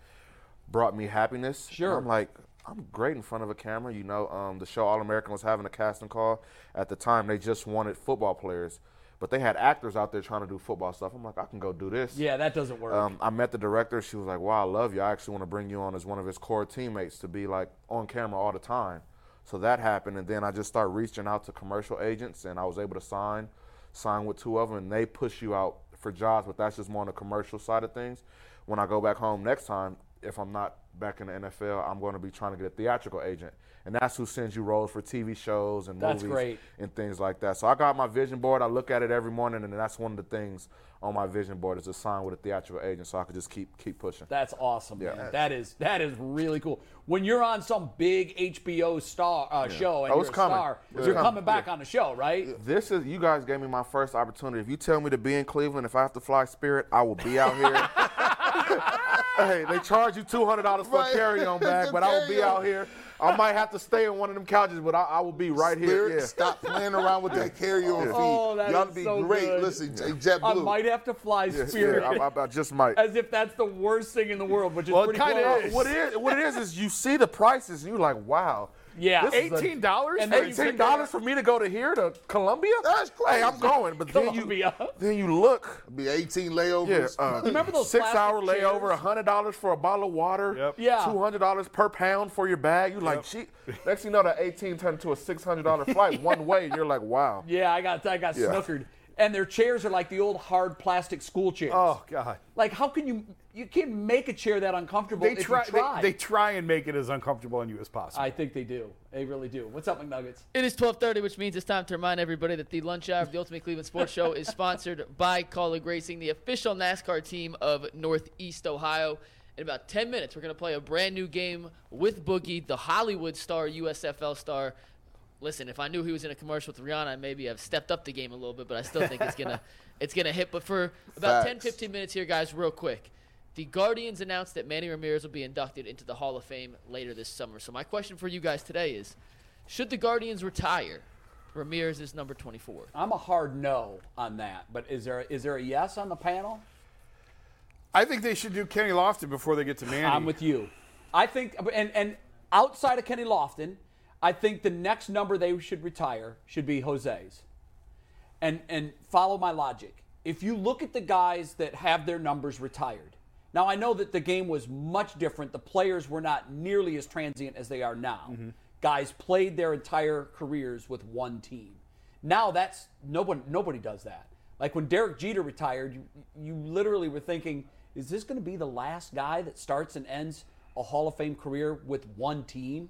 E: brought me happiness. And
C: Sure.
E: I'm like. I'm great in front of a camera. You know, um, the show All American was having a casting call. At the time, they just wanted football players, but they had actors out there trying to do football stuff. I'm like, I can go do this.
C: yeah, that doesn't work.
E: Um, I met the director. She was like, "Wow, I love you. I actually want to bring you on as one of his core teammates to be like on camera all the time." So that happened, and then I just started reaching out to commercial agents, and I was able to sign, sign with two of them, and they push you out for jobs, but that's just more on the commercial side of things. When I go back home next time, if I'm not back in the NFL, I'm going to be trying to get a theatrical agent, and that's who sends you roles for TV shows and
C: That's
E: movies
C: great.
E: and things like that. So I got my vision board. I look at it every morning, and that's one of the things on my vision board is a sign with a theatrical agent, so I could just keep keep pushing.
C: That's awesome. Man. That is that is really cool. When you're on some big HBO star uh, show and
E: Oh,
C: you're
E: it's
C: a
E: coming.
C: star,
E: It's
C: you're
E: coming.
C: coming back on the show, right?
E: This is you guys gave me my first opportunity. If you tell me to be in Cleveland, if I have to fly Spirit, I will be out here. hey, they charge you two hundred dollars for
F: Right.
E: a carry-on bag,
F: The
E: but I will be
F: carry-on.
E: out here. I might have to stay in one of them couches, but I, I will be right
F: Spirit,
E: here. Yeah.
F: Stop playing around with that carry on feed.
C: Oh, that
F: Y'all
C: is
F: be
C: so
F: great.
C: good.
F: Listen, J-
C: I
F: JetBlue.
C: might have to fly
E: Yeah,
C: Spirit,
E: I, I- I just might.
C: as if that's the worst thing in the world, which is
D: Well, it
C: pretty
D: kinda
C: close.
D: is.
E: What it is, what it is is you see the prices and you're like, wow.
C: Yeah.
E: this is a-
D: Eighteen dollars.
C: And then you
E: Eighteen dollars for me to go to here to Columbia?
F: That's
E: Hey, I'm
F: crazy.
E: going, but then you
C: Columbia.
E: then you look.
F: be 18 layovers.
E: Yeah, uh,
C: Remember those
E: six
C: plastic
E: hour layover,
C: chairs?
E: hundred dollars for a bottle of water,
D: Yep.
C: Yeah.
E: two hundred dollars per pound for your bag. You like cheap. Next thing you know, that eighteen turned to a six hundred dollar flight one way. And you're like, wow.
C: Yeah, I got I got
E: Yeah.
C: snookered. And their chairs are like the old hard plastic school chairs.
D: Oh God.
C: Like how can you you can't make a chair that uncomfortable
D: They
C: if
D: try,
C: you try.
D: They, they try and make it as uncomfortable on you as possible.
C: I think they do. They really do. What's up, McNuggets?
A: It is 12:30, which means it's time to remind everybody that the lunch hour of the Ultimate Cleveland Sports Show is sponsored by Colleague Racing, the official NASCAR team of Northeast Ohio. In about 10 minutes, we're going to play a brand new game with Boogie, the Hollywood star, USFL star. Listen, if I knew he was in a commercial with Rihanna, I maybe I've stepped up the game a little bit, but I still think it's gonna it's gonna hit. But for about 10,
F: Facts.
A: 15 minutes here, guys, real quick. The Guardians announced that Manny Ramirez will be inducted into the Hall of Fame later this summer. So my question for you guys today is: Should the Guardians retire? Ramirez is number 24.
C: I'm a hard no on that, but is there is there a yes on the panel?
D: I think they should do Kenny Lofton before they get to Manny.
C: I'm with you. I think and and outside of Kenny Lofton, I think the next number they should retire should be Jose's. And and follow my logic. If you look at the guys that have their numbers retired. Now I know that the game was much different. The players were not nearly as transient as they are now. Guys played their entire careers with one team. Now that's nobody nobody does that. Like when Derek Jeter retired, you, you literally were thinking, is this going to be the last guy that starts and ends a Hall of Fame career with one team?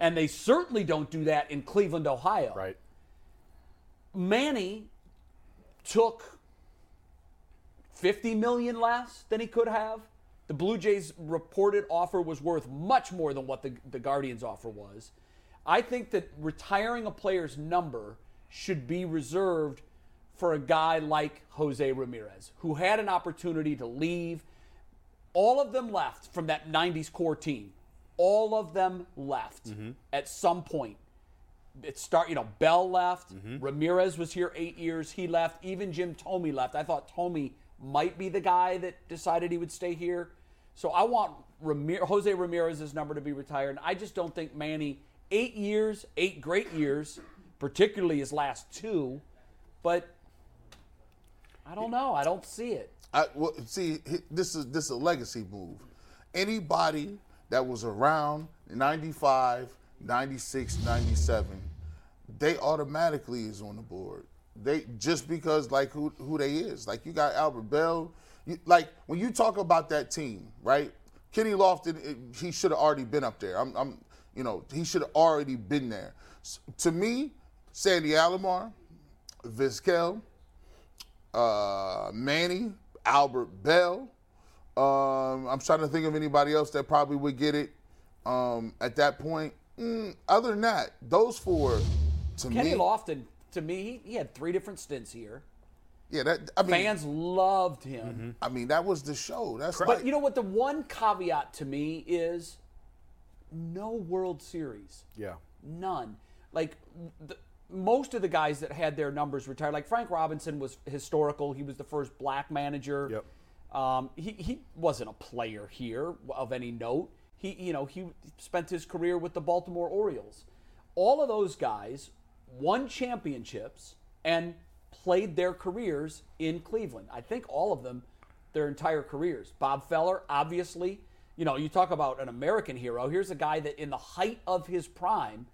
C: And they certainly don't do that in Cleveland, Ohio.
D: right.
C: Manny took 50 million less than he could have. The Blue Jays reported offer was worth much more than what the, the Guardians offer was. I think that retiring a player's number should be reserved for a guy like Jose Ramirez, who had an opportunity to leave. All of them left from that 90s core team. All of them left at some point. it start you know Bell left, Ramirez was here eight years, he left. Even Jim Tomey left. I thought Tomey might be the guy that decided he would stay here. So I want Ramir- Jose Ramirez's number to be retired. And I just don't think Manny eight years, eight great years, particularly his last two, but I don't know. I don't see it.
F: I well, see hi- this is this is a legacy move. Anybody that was around 95, 96, 97, they automatically is on the board. They just because like who who they is. Like you got Albert Bell, you, like when you talk about that team, right? Kenny Lofton, it- he should have already been up there. I'm, I'm you know, he should have already been there. S- to me, Sandy Alomar, Vizquel, uh, Manny, Albert Bell. Um, I'm trying to think of anybody else that probably would get it um, at that point. Mm, other than that, those four to
C: Kenny
F: me,
C: Lofton, to me, he had three different stints here.
F: yeah, that I mean,
C: Fans loved him.
F: I mean that was the show. That's
C: But
F: like-
C: you know what? The one caveat to me is no World Series.
D: Yeah.
C: None. Like the, most of the guys that had their numbers retired, like Frank Robinson was historical. He was the first black manager.
D: Yep.
C: Um, he, he wasn't a player here of any note. He you know he spent his career with the Baltimore Orioles. All of those guys won championships and played their careers in Cleveland. I think all of them their entire careers. Bob Feller, obviously, you know, you talk about an American hero. Here's a guy that, in the height of his prime,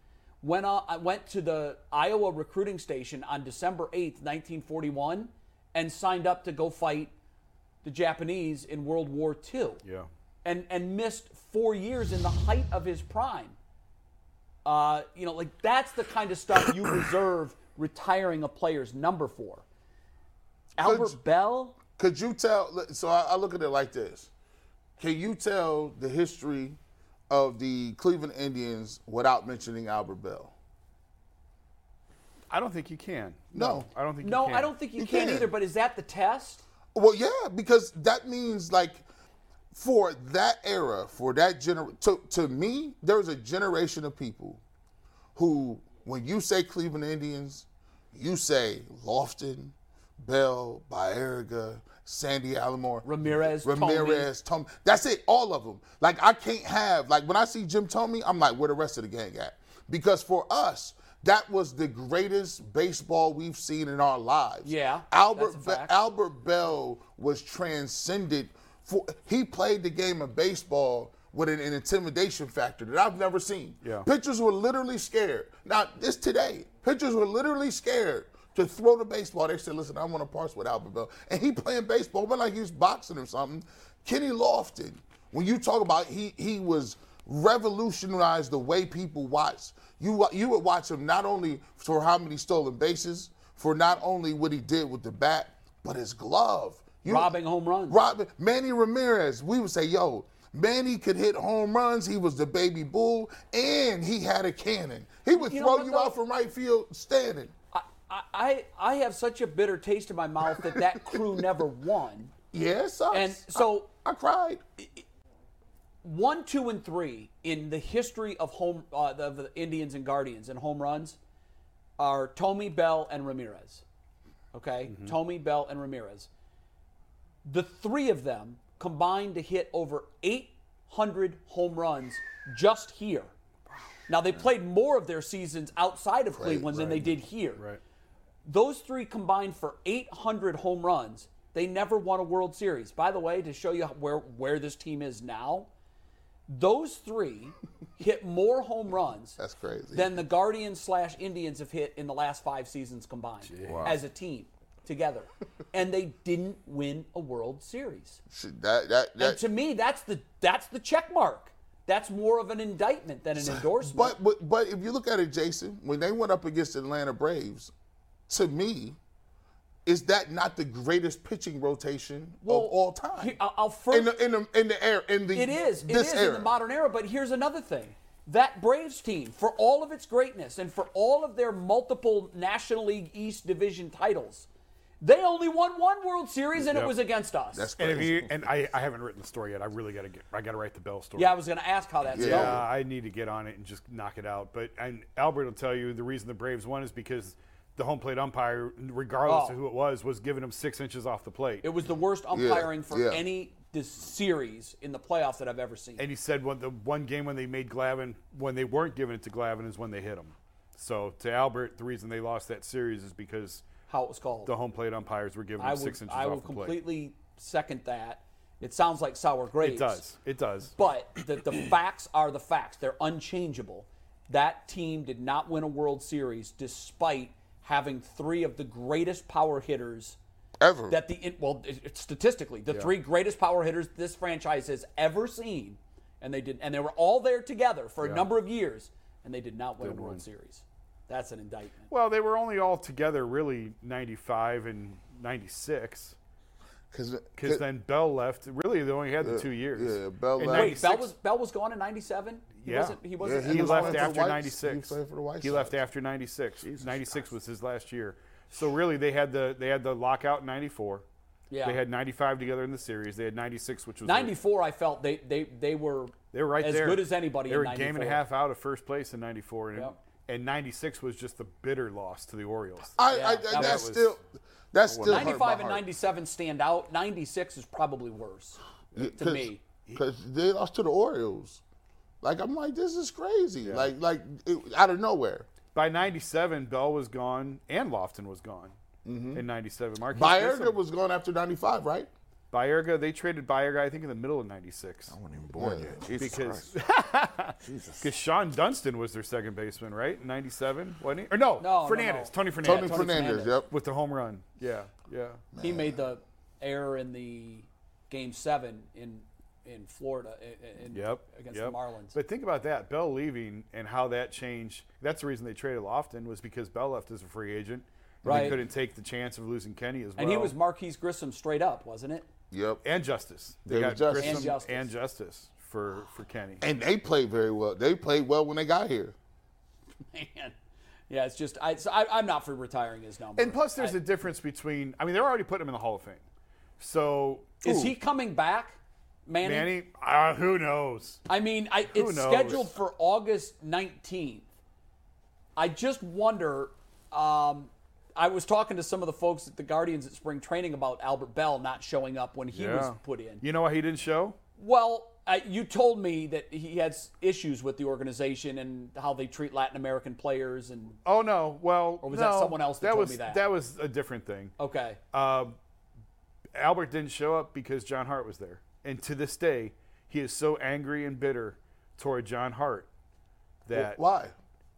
C: went uh, I went to the Iowa recruiting station on December 8th, 1941, and signed up to go fight the Japanese in World War II.
D: Yeah.
C: And and missed four years in the height of his prime. Uh, you know, like that's the kind of stuff you reserve retiring a player's number for. Albert Bell,
F: could you tell? So I, I look at it like this: Can you tell the history of the Cleveland Indians without mentioning Albert Bell?
D: I don't think you can.
F: No.
D: I don't think you
C: No,
D: can.
C: I don't think you,
F: You
C: can,
F: can.
C: either. But is that the test?
F: Well, yeah, because that means like for that era, for that gener to to me, there's a generation of people who, when you say Cleveland Indians, you say Lofton, Bell, Baerga, Sandy Alomar,
C: Ramirez,
F: Ramirez, Tommy. That's it, all of them. Like I can't have like when I see Jim Tomey, I'm like, where the rest of the gang at? Because for us. That was the greatest baseball we've seen in our lives.
C: Yeah,
F: Albert
C: that's a
F: Be-
C: fact.
F: Albert Bell was transcended for he played the game of baseball with an, an intimidation factor that I've never seen.
D: Yeah.
F: Pitchers were literally scared. Now this today, pitchers were literally scared to throw the baseball. They said, "Listen, I want to parse with Albert Bell," and he playing baseball, but like he was boxing or something. Kenny Lofton, when you talk about he he was revolutionized the way people watch. You wa- you would watch him not only for how many stolen bases, for not only what he did with the bat, but his glove. You-
C: Robbing home runs.
F: Robin, Manny Ramirez, we would say, yo, Manny could hit home runs. He was the baby bull, and he had a cannon. He would
C: You know
F: throw
C: what,
F: you
C: though?
F: out from right field standing.
C: I, I, I have such a bitter taste in my mouth that that crew never won.
F: Yes, yeah,
C: And so-
F: I, I cried.
C: One, two, and three in the history of home uh, the, of the Indians and Guardians and home runs are Tommy Bell and Ramirez. Okay,
D: Mm-hmm.
C: Tommy Bell and Ramirez. The three of them combined to hit over 800 home runs just here. Now they played more of their seasons outside of Cleveland than they did here.
D: Right.
C: Those three combined for 800 home runs. They never won a World Series. By the way, to show you where where this team is now, those three hit more home runs
F: That's crazy.
C: than the Guardians slash Indians have hit in the last five seasons combined as a team together, and they didn't win a World Series.
F: Shit, that, that, that,
C: And to me, that's the that's the check mark. That's more of an indictment than an endorsement.
F: But, but but if you look at it, Jason, when they went up against the Atlanta Braves, to me, is that not the greatest pitching rotation
C: Well,
F: of all time?
C: he- uh, I'll- I'll first-
F: in the in the in the air in the
C: It is. It
F: this
C: is
F: era.
C: in the modern era. But here's another thing. That Braves team, for all of its greatness and for all of their multiple National League East division titles, They only won one World Series, and it
D: Yep.
C: was against us.
F: That's
D: And
F: crazy.
D: if you and I, I haven't written the story yet. I really got to get. I got to write the Bell story.
C: yeah, I was going to ask how that's
F: Yeah.
D: Yeah,
C: going.
D: I need to get on it and just knock it out. But and Albert will tell you the reason the Braves won is because the home plate umpire, regardless
C: Oh.
D: of who it was, was giving him six inches off the plate.
C: It was the worst umpiring for
F: yeah.
C: any this series in the playoffs that I've ever seen.
D: and he said when the one game when they made Glavin, when they weren't giving it to Glavin, is when they hit him. So to Albert, the reason they lost that series is because
C: how it was called.
D: the home plate umpires were giving him
C: I would,
D: six inches
C: I
D: off
C: would
D: the plate.
C: completely second that. It sounds like sour grapes.
D: It does. It does.
C: But the, the facts are the facts. They're unchangeable. That team did not win a World Series despite having three of the greatest power hitters
D: Mm.
F: Ever.
C: that the it- well it- it- statistically the three greatest power hitters this franchise has ever seen, and they did and they were all there together for a number of years, and they did not win a World Series. That's an indictment.
D: Well, they were only all together really 95 and 96.
F: Cause,
D: Because then Bell left. Really, they only had the two years.
F: yeah, Bell
D: In
F: left.
C: Wait, Bell
D: 96
C: was Bell was gone in '97. He
D: Yeah.
C: wasn't. He wasn't.
F: Yeah,
D: he,
F: was
D: left
F: playing for the
D: after
F: White-
D: 96.
F: he was playing for the White
D: He left
F: Sox.
D: after 96. 96 was his last year. So really, they had the they had the lockout in 94.
C: Yeah.
D: They had 95 together in the series. They had 96, which was their-
C: 94, I felt they they they were
D: They were right
C: as
D: there.
C: good as anybody.
D: They were
C: in
D: a game and a
C: 94.
D: half out of first place in 94. And,
C: Yep.
D: and 96 was just the bitter loss to the Orioles.
F: I,
C: Yeah,
F: I,
C: that
F: that's
D: was-
F: still that's still hurt my
C: 95 and
F: heart.
C: 97 stand out. 96 is probably worse to
F: Cause,
C: me.
F: 'cause they lost to the Orioles. Like I'm like, this is crazy. Like like it, out of nowhere.
D: By 97, Bell was gone and Lofton was gone
E: Mm-hmm.
D: in 97. Marquise
F: Bayerga
D: Grissom-
F: was gone after '95, right?
D: Bayerga, they traded Bayerga, I think, in the middle of 96.
E: I wasn't even born yet. Oh, Jesus
D: Because-
E: Christ.
D: Because Sean Dunston was their second baseman, right? In 97, wasn't he? Or no,
C: No, no,
D: Fernandez.
C: no.
D: Tony
F: Tony
D: Fernandez.
F: Fernandez.
C: Fernandez.
F: Yep.
D: With the home run. Yeah, yeah.
C: He made the error in the game seven in in Florida in, in-
D: Yep.
C: against
D: yep.
C: the Marlins.
D: But think about that. Bell leaving and how that changed. That's the reason they traded Lofton was because Bell left as a free agent. and They
C: Right.
D: couldn't take the chance of losing Kenny as well.
C: and he was Marquise Grissom straight up, wasn't it?
F: Yep.
D: And Justice.
F: They were Justice.
D: Grissom
C: And Justice.
D: and Justice for, for Kenny.
F: And they played very well. They played well when they got here.
C: Man, yeah, it's just I, so I I'm not for retiring his number.
D: And plus, there's a difference between. I mean, they're already putting him in the Hall of Fame. So
C: is he coming back, Manny?
D: Manny, uh, who knows?
C: I mean, I, it's
D: knows?
C: scheduled for August 19th. I just wonder. Um, I was talking to some of the folks at the Guardians at spring training about Albert Bell not showing up when he was put in.
D: You know why he didn't show?
C: Well, I, you told me that he had s- issues with the organization and how they treat Latin American players, and
D: Oh no. Well,
C: Or was that
D: no,
C: someone else that told
D: was,
C: me that?
D: That was a different thing.
C: okay,
D: Albert didn't show up because John Hart was there, and to this day, he is so angry and bitter toward John Hart that
F: Why?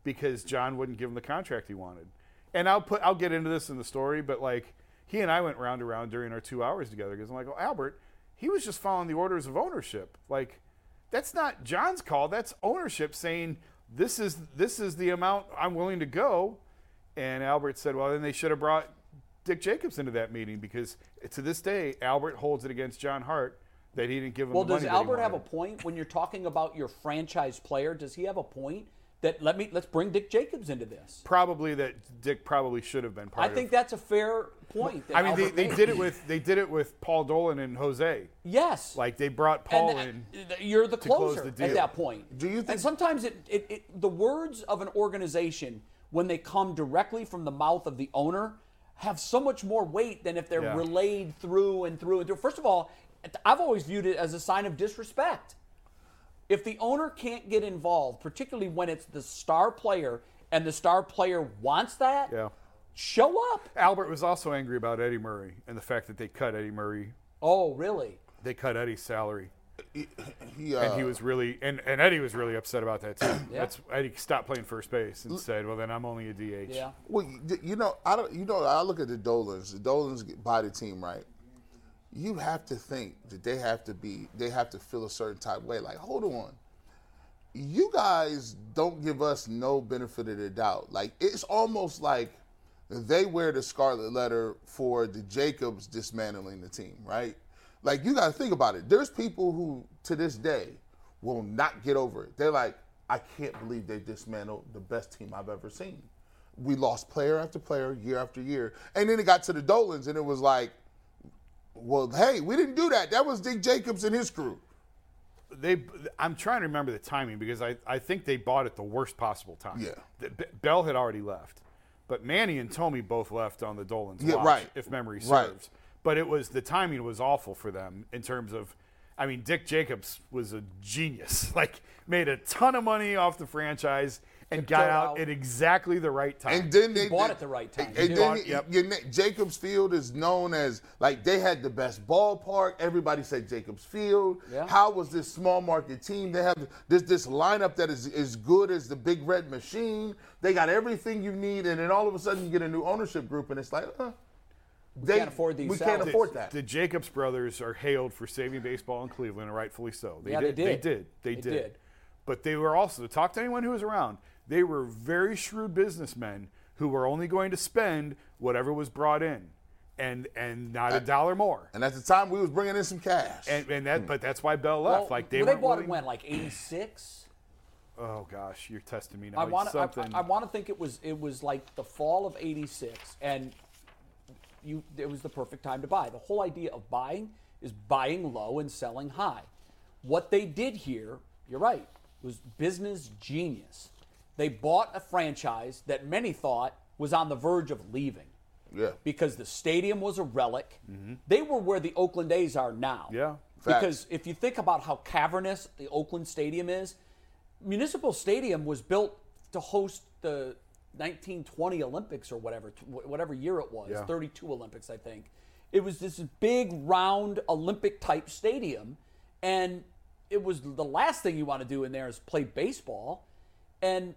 D: because John wouldn't give him the contract he wanted. And I'll put I'll get into this in the story, but like he and I went round and round during our two hours together because I'm like, oh Albert, he was just following the orders of ownership. Like that's not John's call. That's ownership saying this is this is the amount I'm willing to go. And Albert said, well then they should have brought Dick Jacobs into that meeting because to this day Albert holds it against John Hart that he didn't give him.
C: Well,
D: the
C: does
D: money that he
C: Albert have a
D: wanted.
C: point when you're talking about your franchise player? Does he have a point that let me let's bring Dick Jacobs into this?
D: Probably that Dick probably should have been part.
C: I
D: of
C: think that's a fair point. that
D: I mean, they,
C: Albert
D: they
C: made.
D: did it with they did it with Paul Dolan and Jose.
C: yes,
D: Like they brought Paul
C: and
D: in.
C: th- you're the
D: close
C: closer
D: the deal.
C: at that point.
F: Do you
C: And
F: think-
C: sometimes it, it, it the words of an organization when they come directly from the mouth of the owner have so much more weight than if they're
D: Yeah.
C: relayed through and through and through. First of all, I've always viewed it as a sign of disrespect. If the owner can't get involved, particularly when it's the star player and the star player wants that,
D: Yeah.
C: show up.
D: Albert was also angry about Eddie Murray and the fact that they cut Eddie Murray.
C: Oh, really?
D: They cut Eddie's salary,
F: He, uh,
D: and he was really and, and Eddie was really upset about that too. That's Eddie stopped playing first base and said, "Well, then I'm only a DH."
C: Yeah.
F: Well, you- you know, I don't. You know, I look at the Dolans. The Dolans get- buy the team right. You have to think that they have to be. They have to feel a certain type of way. Like, hold on, you guys don't give us no benefit of the doubt. Like, it's almost like they wear the scarlet letter for the Jacobs dismantling the team, right? Like, you got to think about it. There's people who, to this day, will not get over it. They're like, I can't believe they dismantled the best team I've ever seen. we lost player after player, year after year. And then it got to the Dolans, and it was like, well, hey, we didn't do that. That was Dick Jacobs and his crew.
D: they I'm trying to remember the timing because I, I think they bought at the worst possible time.
F: Yeah.
D: The- B- Bell had already left. But Manny and Tommy both left on the Dolan's
F: Yeah,
D: watch,
F: right.
D: if memory
F: Right.
D: serves. But it was the timing was awful for them in terms of I mean Dick Jacobs was a genius. Like made a ton of money off the franchise and
C: Joe
D: got out
C: out.
D: at exactly the right time.
F: And then they
C: bought at the right time.
F: And,
C: He
F: and then
D: bought- yep.
F: your na- Jacobs Field is known as like they had the best ballpark. Everybody said Jacobs Field.
C: Yeah.
F: How was this small market team? They have this this lineup that is as good as the Big Red Machine. They got everything you need, and then all of a sudden you get a new ownership group, and it's like, uh, they
C: can't afford these
F: We can't
C: salaries.
F: afford that.
D: The Jacobs brothers are hailed for saving baseball in Cleveland, and rightfully so. They
C: Yeah,
D: did.
C: they did.
D: They did. They,
C: They
D: did.
C: did.
D: But they were also talk to anyone who was around. They were very shrewd businessmen who were only going to spend whatever was brought in, and and not a dollar more.
F: and at the time, we was bringing in some cash.
D: And, and that, but that's why Bell left.
C: Well,
D: like they
C: well,
D: were
C: they bought it Oh, when like '86.
D: Oh gosh, you're testing me now.
C: I
D: It's
C: want to. I,
D: something.
C: I- I want to think it was. It was like the fall of '86, and you. It was the perfect time to buy. The whole idea of buying is buying low and selling high. What they did here, you're right, was business genius. They bought a franchise that many thought was on the verge of leaving.
F: Yeah.
C: Because the stadium was a relic. They were where the Oakland A's are now.
D: Mm-hmm. Yeah.
F: Facts.
C: Because if you think about how cavernous the Oakland Stadium is, Municipal Stadium was built to host the 1920 Olympics or whatever, tw- whatever year it was,
D: Yeah.
C: 32 Olympics, I think. It was this big, round, Olympic type stadium. And it was the last thing you want to do in there is play baseball. And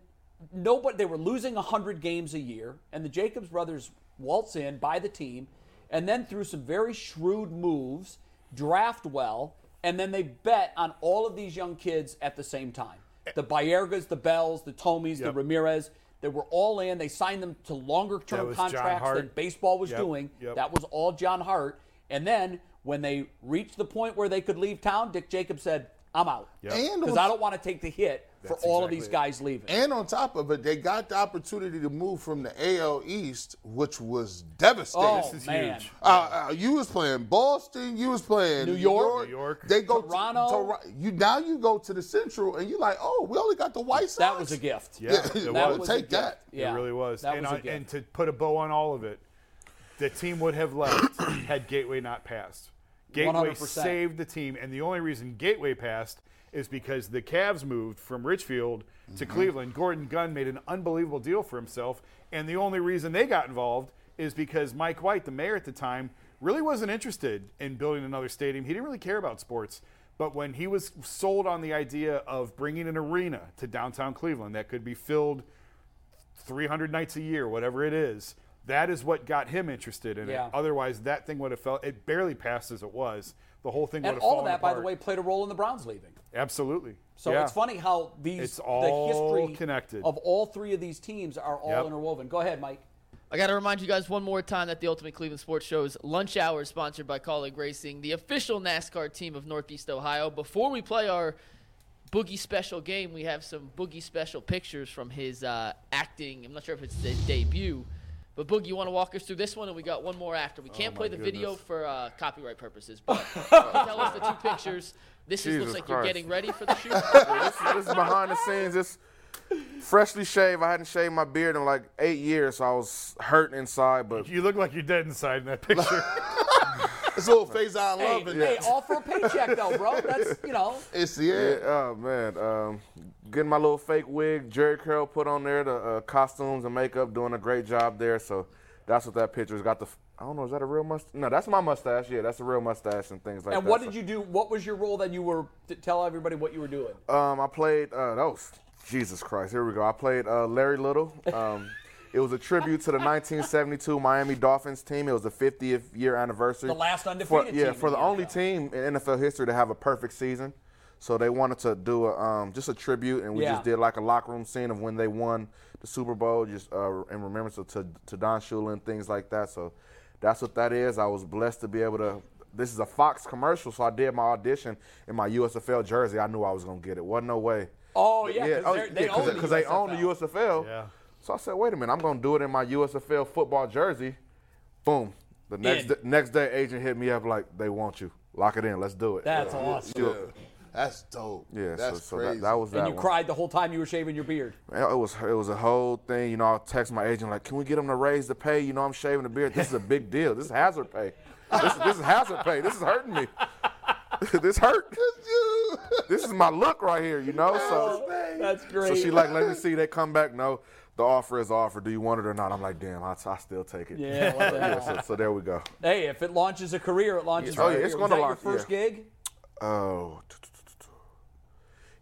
C: nobody, they were losing 100 games a year. And the Jacobs brothers waltz in, buy the team, and then through some very shrewd moves, draft well, and then they bet on all of these young kids at the same time. The Bayergas, the Bells, the Tomies, the
D: Yep.
C: Ramirez, they were all in. They signed them to longer term
D: was John
C: contracts than
D: Hart.
C: baseball was
D: Yep,
C: doing.
D: yep.
C: That was all John Hart. And then when they reached the point where they could leave town, Dick Jacobs said, I'm out.
F: And
C: Because
F: on-
C: I don't want to take the hit for
D: That's
C: all of
D: exactly
C: these
D: it.
C: guys leaving.
F: And on top of it, they got the opportunity to move from the AL East, which was devastating.
C: oh,
D: is
C: man.
D: huge.
F: Uh, uh, you was playing Boston. You was playing
C: New York.
D: New York.
F: They go to-
C: Toronto.
F: Tor- you now you go to the Central, and you're like, oh, we only got the White Sox.
C: That was a gift.
D: Yeah,
F: Yeah,
D: it
F: that
D: was.
F: was a Take gift. that.
D: It
C: Yeah,
D: really was.
C: that
D: and,
C: was a
D: I-
C: gift.
D: and to put a bow on all of it, the team would have left had Gateway not passed. Gateway
C: 100%.
D: saved the team, and the only reason Gateway passed is because the Cavs moved from Richfield to
C: Mm-hmm.
D: Cleveland. Gordon Gunn made an unbelievable deal for himself, and the only reason they got involved is because Mike White, the mayor at the time, really wasn't interested in building another stadium. He didn't really care about sports. But when he was sold on the idea of bringing an arena to downtown Cleveland that could be filled 300 nights a year, whatever it is. That is what got him interested in
C: Yeah.
D: it. Otherwise, that thing would have felt it barely passed as it was. The whole thing would
C: And
D: have
C: all of
D: fallen
C: that, by the way,
D: apart.
C: played a role in the Browns leaving.
D: absolutely.
C: So
D: Yeah.
C: it's funny how these
D: It's
C: the
D: all
C: history
D: connected.
C: of all three of these teams are all
D: Yep.
C: interwoven. Go ahead, Mike.
A: I got to remind you guys one more time that the Ultimate Cleveland Sports Show is lunch hour is sponsored by Colleague Racing, the official NASCAR team of Northeast Ohio. Before we play our Boogie special game, we have some Boogie special pictures from his uh, acting. I'm not sure if it's his debut, but Boogie, you want to walk us through this one, and we got one more after.
E: Oh
A: We can't play the video for uh, copyright purposes, but tell us the two pictures. This is, looks
E: Jesus
A: like you're
E: Christ.
A: getting ready for the shoot.
E: this, this is behind the scenes. This freshly shaved. I hadn't shaved my beard in like eight years, so I was hurting inside. But
D: you look like you're dead inside in that picture.
F: it's a little phase I love.
C: hey,
F: and
C: hey, all for a paycheck though, bro. That's you know.
F: It's the end.
E: oh man, um, getting my little fake wig, Jerry Curl put on there, the uh, costumes and makeup, doing a great job there. So that's what that picture's got. The f- I don't know, is that a real mustache? No, that's my mustache. Yeah, that's a real mustache and things like that.
C: And what
E: So-
C: did you do? What was your role that you were to tell everybody what you were doing?
E: Um, I played. Uh, that was Jesus Christ. Here we go. I played uh, Larry Little. Um, it was a tribute to the 1972 Miami Dolphins team. It was the 50th year anniversary.
C: The last
E: For-
C: undefeated
E: Yeah,
C: team
E: for
C: in
E: the,
C: the
E: only
C: NFL.
E: team in NFL history to have a perfect season. So they wanted to do a um, just a tribute, and we just
C: Yeah.
E: did like a locker room scene of when they won the Super Bowl, just uh, in remembrance of to, to Don Shula and things like that. So that's what that is. I was blessed to be able to. This is a Fox commercial, so I did my audition in my USFL jersey. I knew I was gonna get it. Wasn't no way.
C: Oh yeah,
E: Yeah,
C: because
E: oh,
C: they're- they
E: yeah, 'cause-
C: own the
E: 'cause they own the
C: USFL.
E: USFL.
D: Yeah.
E: So I said, wait a minute, I'm going to do it in my USFL football jersey. Boom. The next
B: In.
E: d- next day, agent hit me up like, they want you. Lock it in. Let's do it.
C: That's awesome.
F: Yeah. That's dope.
E: Yeah, so-
F: That's
E: so,
F: crazy.
E: that, that was that
C: And you
E: one.
C: cried the whole time you were shaving your beard.
E: Man, It was it was a whole thing, you know. I text my agent like, "Can we get him to raise the pay?" You know, I'm shaving the beard. This is a big deal. This is hazard pay. This, this is hazard pay. This is hurting me. this hurt. This is my look right here, you know. So,
C: That's
E: so
C: great.
E: she like, "Let me see that come back." No, the offer is offered. Do you want it or not? I'm like, "Damn, I, I still take it."
C: Yeah, what the
E: Yeah,
C: hell?
E: so, so there we go.
C: Hey, if it launches a career, it launches.
E: Oh,
C: a
E: yeah,
C: career.
E: it's
C: Was
E: gonna
C: that
E: launch,
C: Your first
E: yeah.
C: gig.
E: Oh,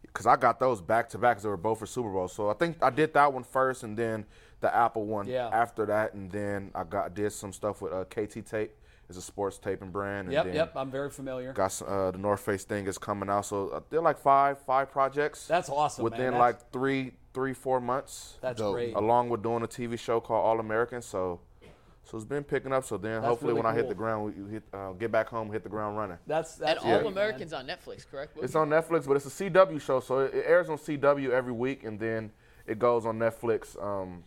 E: because I got those back to back. They were both for Super Bowl. So I think I did that one first, and then the Apple one
C: Yeah.
E: after that, and then I got did some stuff with uh, KT Tape. It's a sports taping brand. And
C: Yep,
E: then
C: yep. I'm very familiar.
E: Got some, uh, the North Face thing is coming out. So uh, they're like five five projects.
C: That's awesome, man.
E: Within
C: That's-
E: like three three four months.
C: That's
F: Dope.
C: great.
E: along with doing a TV show called All American. So. So it's been picking up. So then, hopefully,
C: really
E: when I hit
C: cool.
E: the ground, we we hit, uh, get back home, hit the ground running.
C: That's
A: And
C: that's
A: All
C: great, man.
A: Americans on Netflix, correct?
E: It's on Netflix, but it's a CW show, so it, it airs on CW every week, and then it goes on Netflix um,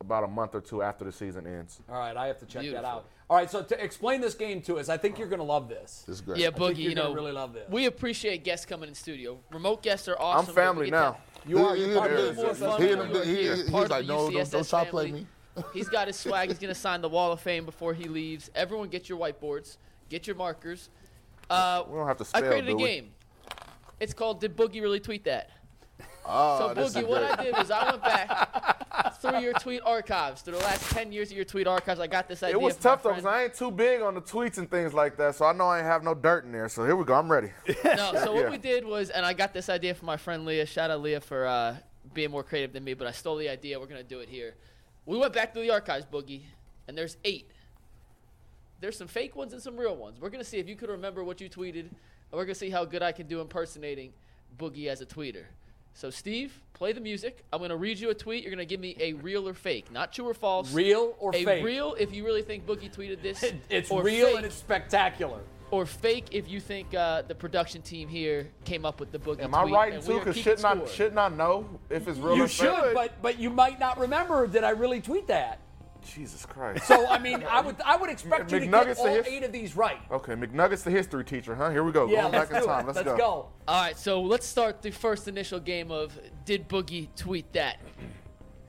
E: about a month or two after the season ends.
C: All right, I have to check
A: Beautiful.
C: that out. All right, so to explain this game to us, I think you're going to love this.
F: It's great.
A: Yeah,
C: think
A: Boogie,
C: you're
A: you
C: gonna
A: know,
C: really love this.
A: we appreciate guests coming in studio. Remote guests are awesome.
E: I'm family
A: We get to-
E: now.
C: You are. You're
F: He-
C: part
F: he-
C: of
A: Way
C: the
F: he-
A: more
C: Bulls
A: fun
F: he-
A: when
C: Mafia.
F: he-
A: you were
F: he-
A: here.
F: he's
A: Part of
F: like,
A: the
F: "No, don't-
A: UCSS
F: don't try to play
A: family."
F: me.
A: He's got his swag. He's gonna sign the Wall of Fame before he leaves. Everyone, get your whiteboards, get your markers. Uh,
E: We don't have to
A: I
E: spell.
A: created a
E: do we?
A: game. It's called "Did Boogie Really Tweet That?"
F: Oh,
E: Ah,
A: So
F: this is
A: Boogie, what
F: great.
A: I did was I went back through your tweet archives, through the last ten years of your tweet archives. I got this idea.
E: It was
A: from my
E: tough though,
A: friend.
E: cause I ain't too big on the tweets and things like that, so I know I ain't have no dirt in there. So here we go. I'm ready.
A: No, so
E: Yeah.
A: what we did was, and I got this idea from my friend Leah. Shout out Leah for uh, being more creative than me, but I stole the idea. We're gonna do it here. We went back through the archives, Boogie, and there's eight. There's some fake ones and some real ones. We're gonna see if you could remember what you tweeted, and we're gonna see how good I can do impersonating Boogie as a tweeter. So Steve, play the music. I'm gonna read you a tweet. You're gonna give me a real or fake, not true or false.
C: Real or
A: a
C: fake?
A: real if you really think Boogie tweeted this.
C: It- it's
A: or
C: real
A: fake
C: and it's spectacular.
A: or fake if you think uh, the production team here came up with the boogie.
E: Am I
A: tweet,
E: right
A: and we
E: too?
A: are
E: Cause
A: keeping
E: shouldn't I
A: score.
E: shouldn't I know if it's real
C: You
E: or fake?
C: should, but but you might not remember. Did I really tweet that?
E: Jesus Christ.
C: So I mean, I would I would expect you to get
E: McNuggets
C: all
E: are his-
C: eight of these right.
E: okay, McNuggets the history teacher, huh? Here we go.
C: Yeah,
E: Going
C: let's
E: back in
C: do
E: time.
C: it.
E: Let's,
C: go.
A: All right, so let's start the first initial game of Did Boogie Tweet That?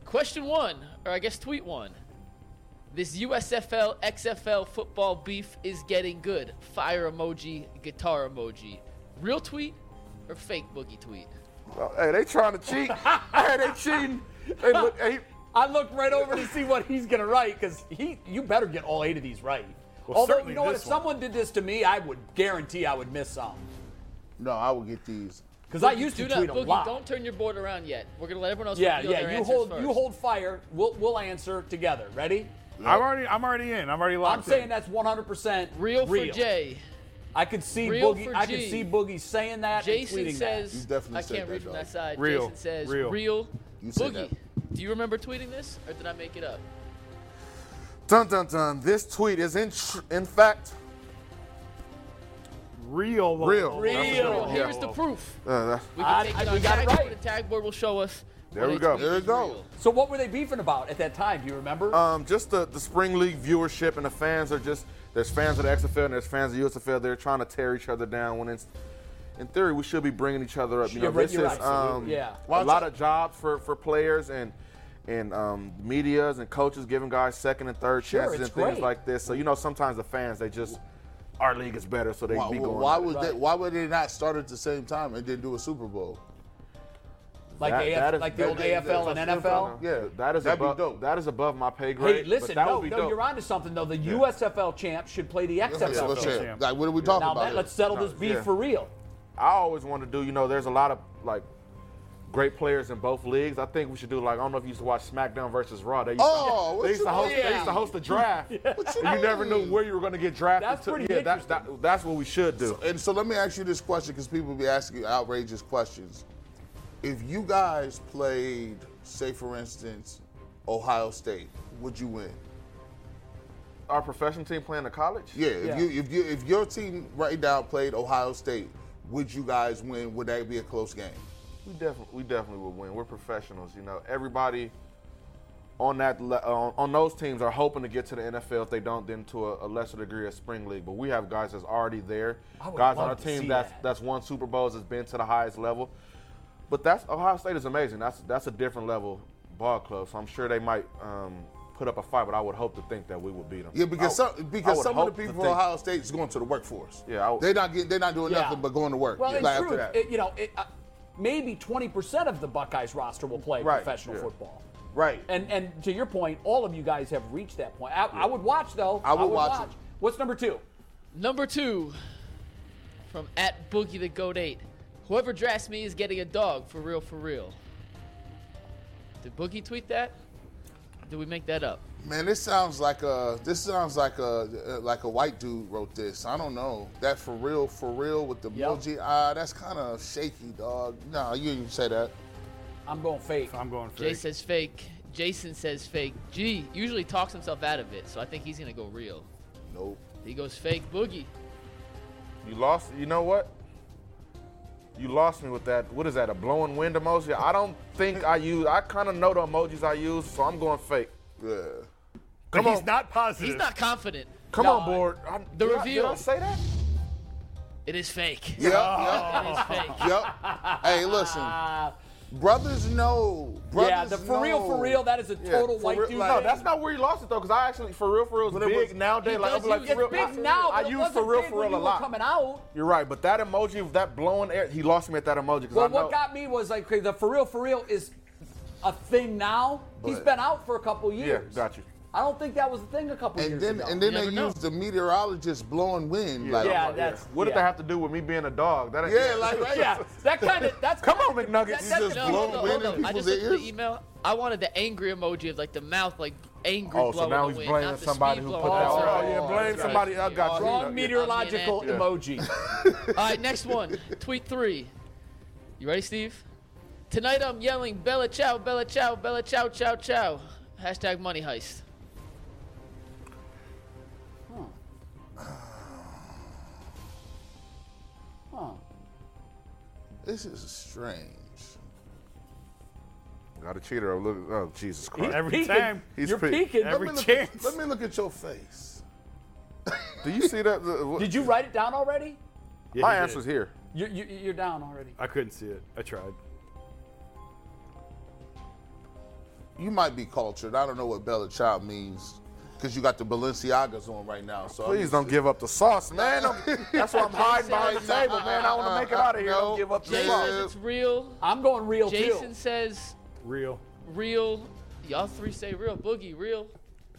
A: Question one, or I guess tweet one. This USFL XFL football beef is getting good. Fire emoji, guitar emoji. Real tweet or fake Boogie tweet?
E: Oh, hey, they trying to cheat. hey, they cheating. They look. Hey,
C: I looked right over to see what he's gonna write because he you better get all eight of these right.
D: Well,
C: Although
D: certainly
C: you know what, if
D: this one.
C: someone did this to me, I would guarantee I would miss some
F: No, I will get these.
C: because I used to
A: Do not,
C: tweet a
A: Boogie,
C: lot.
A: don't turn your board around yet. We're gonna let everyone else.
C: yeah,
A: reveal their
C: yeah. You
A: answers
C: hold
A: first.
C: you hold fire. We'll we'll answer together. Ready?
D: I'm already, I'm already in. I'm already locked
C: I'm saying
D: in.
C: that's 100%
A: Real, for Jay.
C: I could see
A: Real
C: Boogie.
A: for
C: I could
A: G.
C: see Boogie saying that. and
A: Jason
C: tweeting
A: says,
F: You definitely
A: I
F: said
A: can't
F: that,
A: read from
F: dog.
A: that side.
D: Real.
A: Jason says, real.
D: Real.
F: You said
A: Boogie, do you remember tweeting this or did I make it up?
E: Dun dun dun. This tweet is in tr- in fact.
D: real.
E: Real.
C: Real.
D: That's what-
C: Oh,
A: Well, here's the
D: yeah.
A: proof.
E: Uh, that-
A: We
C: I-
A: can take
C: I-
A: it
C: we
A: on
C: got it
A: tag board.
C: right.
A: The tag board will show us.
E: There
A: when
E: we
A: a
E: go.
A: tweet
F: There
A: is
F: we go.
A: real.
C: that. So what were they beefing about at that time? Do you remember?
E: um, just the, the spring league viewership and the fans are just there's fans of the XFL and there's fans of the USFL. They're trying to tear each other down when it's in theory we should be bringing each other up. You know,
C: You're right,
E: this
C: you're
E: is
C: right.
E: um,
C: Yeah.
E: a lot of jobs for for players and. And um, medias and coaches giving guys second and third
C: Sure,
E: chances
C: it's
E: and things
C: great.
E: like this. So you know sometimes the fans they just our league is better, so they
F: Why,
E: be going.
F: why
E: at it.
F: would they? Why would they not start at the same time and then do a Super Bowl?
C: like
E: That-
C: AF,
E: that is-
C: like the old
F: that is-
C: AFL and NFL.
E: Yeah, that is
F: That'd be
E: above,
F: dope.
E: That is above my pay grade.
C: Hey,
E: but
C: listen,
E: that
C: no,
E: would be
C: no,
E: dope.
C: you're onto something though. The USFL champ should play the XFL.
F: Yeah, let's
C: champ.
F: say- Like, what are we talking
C: Now
F: about?
C: that,
F: here?
C: let's settle this beef
E: yeah.
C: for real.
E: I always want to do. You know, there's a lot of like great players in both leagues. I think we should do like I don't know if you used to watch SmackDown versus Raw. They used,
F: Oh,
E: to,
F: what
E: they used
F: you
E: to host. They
F: mean?
E: used to host a draft.
F: What you
E: And you never knew
F: mean?
E: where you were going to get drafted.
C: That's
E: to.
C: pretty
E: yeah, that's that, that's what we should do.
F: And so let me ask you this question because people be asking you outrageous questions. If you guys played, say for instance, Ohio State, would you win?
E: Our professional team playing the college.
F: Yeah, if
C: Yeah.
F: you if you if your team right now played Ohio State, would you guys win? Would that be a close game?
E: we definitely we definitely would win. We're professionals. You know, everybody on that le- on, on those teams are hoping to get to the NFL. If they don't, then to a, a lesser degree a spring league. But we have guys that's already there. Guys on
C: love
E: our
C: to
E: team
C: see
E: that's
C: that.
E: that's won Super Bowls, has been to the highest level. But that's Ohio State is amazing. That's that's a different level ball club. So I'm sure they might um, put up a fight, but I would hope to think that we would beat them.
F: Yeah, because
E: I would-
F: some
E: I
F: because
E: would
F: some of
E: hope
F: the
E: to
F: people in
E: think-
F: Ohio State is going to the workforce.
E: Yeah, I would-
F: they're not getting, they're not doing nothing but going to work.
C: Well, in
F: like,
C: truth,
F: after that.
C: it, you know, it, uh, maybe 20% of the Buckeyes roster will play
E: Right,
C: professional
E: yeah.
C: football.
E: right.
C: And and to your point, all of you guys have reached that point. I, I would watch though.
F: I would watch it.
C: What's number two?
A: Number two, from at Boogie the Goat Eight. Whoever drafts me is getting a dog for real, for real. Did Boogie tweet that? Did we make that up?
F: Man, this sounds like a this sounds like a like a white dude wrote this. I don't know that for real, for real with the
C: Yep.
F: emoji. Ah, that's kind of shaky, dog. Nah, you didn't say that.
C: I'm going fake.
D: I'm going
A: Jay
D: for
A: says fake. Jason says fake. G usually talks himself out of it, so I think he's gonna go real.
F: Nope.
A: He goes fake Boogie.
E: You lost. You know what? You lost me with that. What is that? A blowing wind emoji? I don't think I use. I kind of know the emojis I use, so I'm going fake.
F: Yeah.
D: But
E: Come
D: he's
E: on.
D: not positive.
A: He's not confident.
E: Come
C: No,
E: on, board. I,
A: the
E: did I-
A: reveal.
E: did I say that?
A: It is fake.
F: Yep. Yep.
E: Oh.
A: It is fake.
F: yep. Hey, listen. Brothers know. Brothers
C: yeah, the for real,
F: know.
C: for real. That is a total
F: for
C: white
F: real-
C: dude.
F: like-
E: No,
C: thing.
E: that's not where you lost it though, because I actually, for real, for real, is
F: it
E: big
F: was-
E: nowadays.
A: He
E: Like,
A: does
E: I'm like,
A: use-
E: for real,
A: it's
E: I,
C: big now.
E: I
C: but it
E: use for
C: wasn't
E: real,
C: big
E: for
C: when
E: real a
C: you were
E: lot.
C: Coming out.
E: You're right, but that emoji, with that blowing air, he lost me at that emoji because I
C: Well,
E: know.
C: what got me was like okay, the for real, for real is a thing now. He's
F: But-
C: been out for a couple
E: yeah,
C: years.
E: got you.
C: I don't think that was the thing a couple
F: And
C: years
F: then
C: ago.
F: and then
A: You
F: they
A: never know.
F: use the meteorologist blowing wind. like,
C: yeah,
F: I'm like,
C: that's
E: What did
C: yeah.
E: that have to do with me being a dog? That ain't
F: yeah, like right.
C: Oh, Yeah, that kind of that's
E: Come on,
C: kinda- that-
E: McNuggets. You
C: that's the-
F: just
A: No,
F: blow
A: hold on, hold
F: wind in
A: on. I
F: people's
A: just looked at
F: ears?
A: the email. I wanted the angry emoji of like the mouth, like angry.
E: Oh, so
A: blowing
E: now
A: the
E: he's
A: wind,
E: blaming
A: not the
E: somebody
A: speed
E: who
A: blowing.
E: put
A: That's
E: that
A: right.
E: on. Oh, yeah, blame
A: That's
E: somebody.
A: right.
E: I got you.
A: Wrong
E: Yeah.
C: Wrong meteorological
A: Yeah.
C: emoji.
A: All right, next one. Tweet three. You ready, Steve? Tonight I'm yelling Bella Chow, Bella Chow, Bella Chow, Chow, Chow. Hashtag money heist.
F: This is strange.
E: Got a cheater. Oh, Look, oh Jesus Christ.
D: Every
C: Peeking.
D: time.
E: He's
C: You're
E: pre-
C: peeking.
D: Every
F: let, me
D: chance.
F: Look, let me look at your face.
E: Do you see that? The- what-
C: Did you write it down already?
D: Yeah,
E: My
D: he did.
E: answer's here.
C: You're, you you're down already.
D: I couldn't see it. I tried.
F: You might be cultured. I don't know what Bella Child means because you got the Balenciagas on right now. So
E: Please don't give up the sauce, man. I'm- that's why I'm hiding behind the table, man. I want to make it out of here. Don't give up the
F: Yeah.
A: Jay
E: sauce.
A: says it's real.
C: I'm going real
A: Jason
C: too.
A: says
D: Real.
A: real. Y'all three say real. Boogie, real.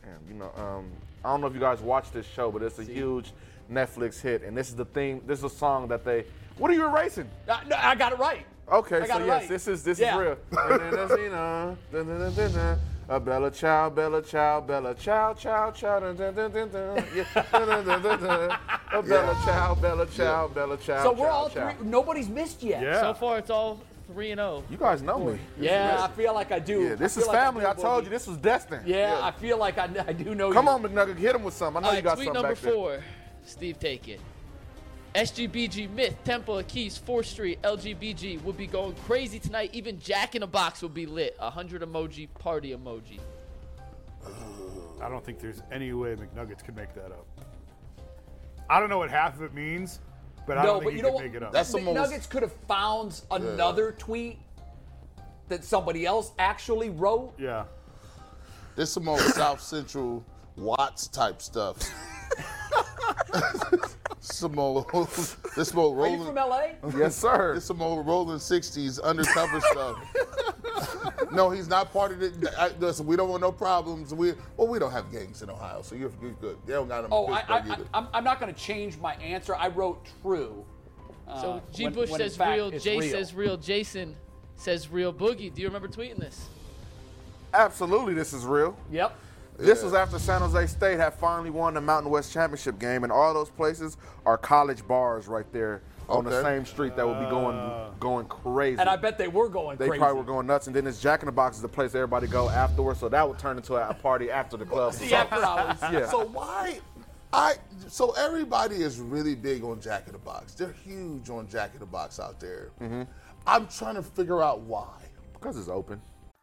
E: Damn, you know, um, I don't know if you guys watch this show, but it's a huge Netflix hit, and this is the theme. This is a song that they. What are you erasing?
C: I, no, I got it right.
E: Okay,
C: I
E: so
C: got
E: yes,
C: it right.
E: this is this
C: Yeah.
E: is real. Dun-dun-dun-dun-dun, dun-dun-dun-dun-dun, A Bella Chow, Bella Chow, Bella Chow, Chow, Chow, dun dun dun dun dun. yeah, dun, dun, dun, dun, dun. A Bella Chow, Bella Chow, Bella Chow.
C: So we're
E: Chow,
C: all
E: Chow.
C: three. Nobody's missed yet.
D: Yeah.
A: So far, it's all three and oh. zero.
E: You guys know me.
C: Yeah, I feel like I do.
E: Yeah, this
C: I
E: is
C: feel like
E: family.
C: do,
E: I told
C: Boogie.
E: you this was destined.
C: Yeah, I feel like I, I do know
E: Come
C: you.
E: on, McNugget, hit him with something. I know
A: All
E: you
A: right,
E: got
A: tweet
E: something
A: number
E: back there.
A: four. Steve, take it. SGBG Myth, Temple of Keys, 4th Street, LGBG would be going crazy tonight. Even Jack in a Box would be lit. 100 emoji, party emoji.
D: I don't think there's any way McNuggets could make that up. I don't know what half of it means, but I
C: No,
D: don't
C: but
D: think
C: you
D: you
C: know
D: could
C: what?
D: make it up.
F: That's the most-
C: McNuggets could have found another tweet that somebody else actually wrote.
D: yeah.
F: This some old South Central Watts type stuff. some old, this some old
C: Are you
F: rolling,
C: from LA?
E: Yes, sir.
F: this some old rolling sixties undercover stuff. no, he's not part of it. I, listen, we don't want no problems. We well, we don't have gangs in Ohio, so you're, you're good. They don't got them.
C: Oh,
F: in
C: I, I,
F: Pittsburgh
C: I,
F: either.
C: I'm, I'm not going to change my answer. I wrote true.
A: So
C: Uh,
A: G.
C: when-
A: Bush
C: when in
A: says
C: fact
A: real,
C: it's
A: Jay
C: real.
A: says real, Jason says real. Boogie, do you remember tweeting this?
E: Absolutely, this is real.
C: Yep.
E: This was after San Jose State had finally won the Mountain West Championship game, and all those places are college bars right there on the
F: Okay.
E: same street that would be going going crazy.
C: And I bet they were going
E: they
C: crazy.
E: probably were going nuts, and then this Jack in the Box is the place everybody go afterwards, so that would turn into a party after the club.
C: The after hours.
E: yeah.
F: So why? I so everybody is really big on Jack in the Box. They're huge on Jack in the Box out there. I'm trying to figure out why.
E: Mm-hmm. because it's open.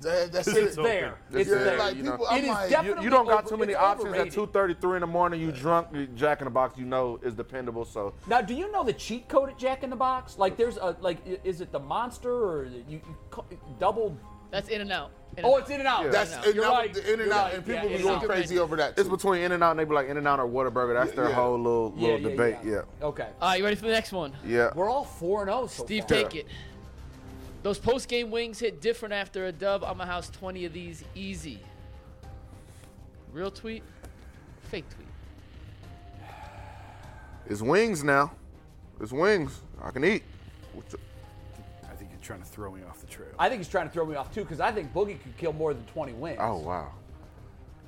F: That- that's
D: It's
F: it.
D: open.
C: There.
F: It's
C: It's
F: there,
C: there.
F: like,
E: you know.
F: people- I'm
C: It is
F: like,
C: definitely-
E: You, you don't got
C: over-
E: too many
C: it's
E: options
C: overrated.
E: at 2:33 in the morning. You drunk, you Jack in the Box. You know is dependable. So
C: Now, do you know the cheat code at Jack in the Box? Like, there's a like, i- is it the monster or the- you, you co- double?
A: That's in and out. In
C: Oh,
A: and
C: it's in and out.
F: That's
A: You're
F: and
C: You're
F: that was
C: right.
F: the in and
C: You're
F: out,
C: right.
F: and
C: Yeah,
F: people
C: In
F: be
C: and
F: going
C: Out.
F: crazy over that.
E: it's
F: too.
E: between In and Out, and they be like In and Out or Whataburger. That's their
F: Yeah.
E: whole little
C: Yeah,
E: little
C: yeah,
E: debate.
C: yeah.
E: Yeah,
C: Okay. Uh,
A: All right, you ready for the next one?
E: yeah.
C: We're all four and zero so
A: Steve,
C: far.
A: take it. Those post game wings hit different after a dub. I'm a house 20 of these easy. Real tweet, fake tweet.
E: It's wings now. It's wings. I can eat. What the-
D: I think you're trying to throw me off the trail.
C: I think he's trying to throw me off too because I think Boogie could kill more than 20 wins.
E: Oh wow.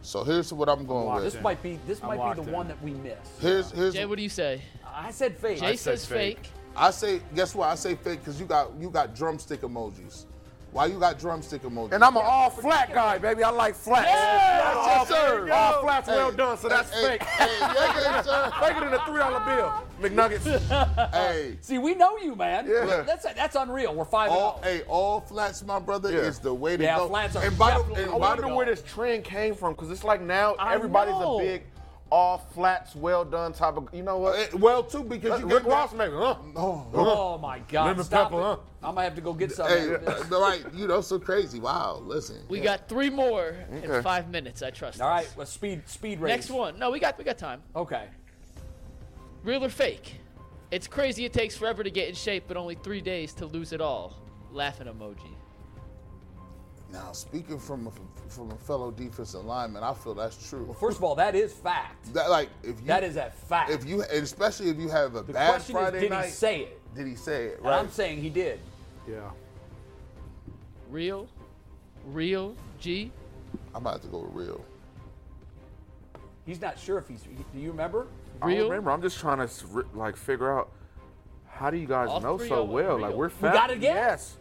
F: So here's what I'm going
D: Locked
F: with.
C: This
D: in.
C: might be this
D: I'm
C: might be
D: locked
C: the
D: in.
C: one that we miss.
F: Here's here's
A: Jay, what do you say?
C: I said fake.
A: Jay
D: said
A: says fake.
D: fake.
F: I say guess what I say fake because you got you got drumstick emojis. Why you got drumstick emojis?
E: And I'm an all flat guy, baby. I like flats.
F: Yeah,
E: all,
F: yes, sir.
E: all flats
F: Hey,
E: well done, so that's
F: hey,
E: fake.
F: Hey, yes, sir.
E: Fake it in a three dollar bill. McNuggets.
F: hey,
C: See, we know you, man.
E: Yeah.
C: That's that's unreal. We're five.
F: all
C: and
F: hey, all flats, my brother,
E: Yeah.
F: is the way to
C: Yeah,
F: go.
C: flats are
F: and by the,
C: definitely
F: and
E: I
F: by the-
E: wonder where this trend came from, because it's like now
C: I
E: everybody's
C: know.
E: a big all flats well done type of. You know what?
F: Eh, well too because you
E: Rick
F: got-
E: Ross maybe, huh?
F: Oh,
C: Oh my God!
E: Lemon
C: Stop
E: pepper,
C: it.
E: huh?
C: I'm gonna have to go get some.
F: Hey,
C: after this.
F: the right, you know, so crazy. Wow, listen.
A: We got three more
E: Okay.
A: in five minutes. I trust.
C: All right,
A: us.
C: well, speed speed race.
A: Next one. No, we got we got time.
C: Okay.
A: Real or fake? It's crazy. It takes forever to get in shape, but only three days to lose it all. Laughing emoji.
F: Now, speaking from a, from a fellow defensive lineman, I feel that's true.
C: First of all, that is fact.
F: That like if you
C: That is a fact.
F: if you and especially if you have a
C: the
F: bad
C: question
F: Friday
C: is, did
F: night,
C: he say it?
F: did he say it?
C: And
F: Right.
C: I'm saying he did.
D: yeah.
A: Real, real G.
F: I'm about to go with real.
C: He's not sure if he's. Do you remember?
E: I don't
A: Real.
E: remember. I'm just trying to s- ri- like figure out how do you guys
A: All
E: know
A: three
E: so
A: of 'em
E: well?
A: real.
E: Like we're fat.
C: got it again?
E: Yes.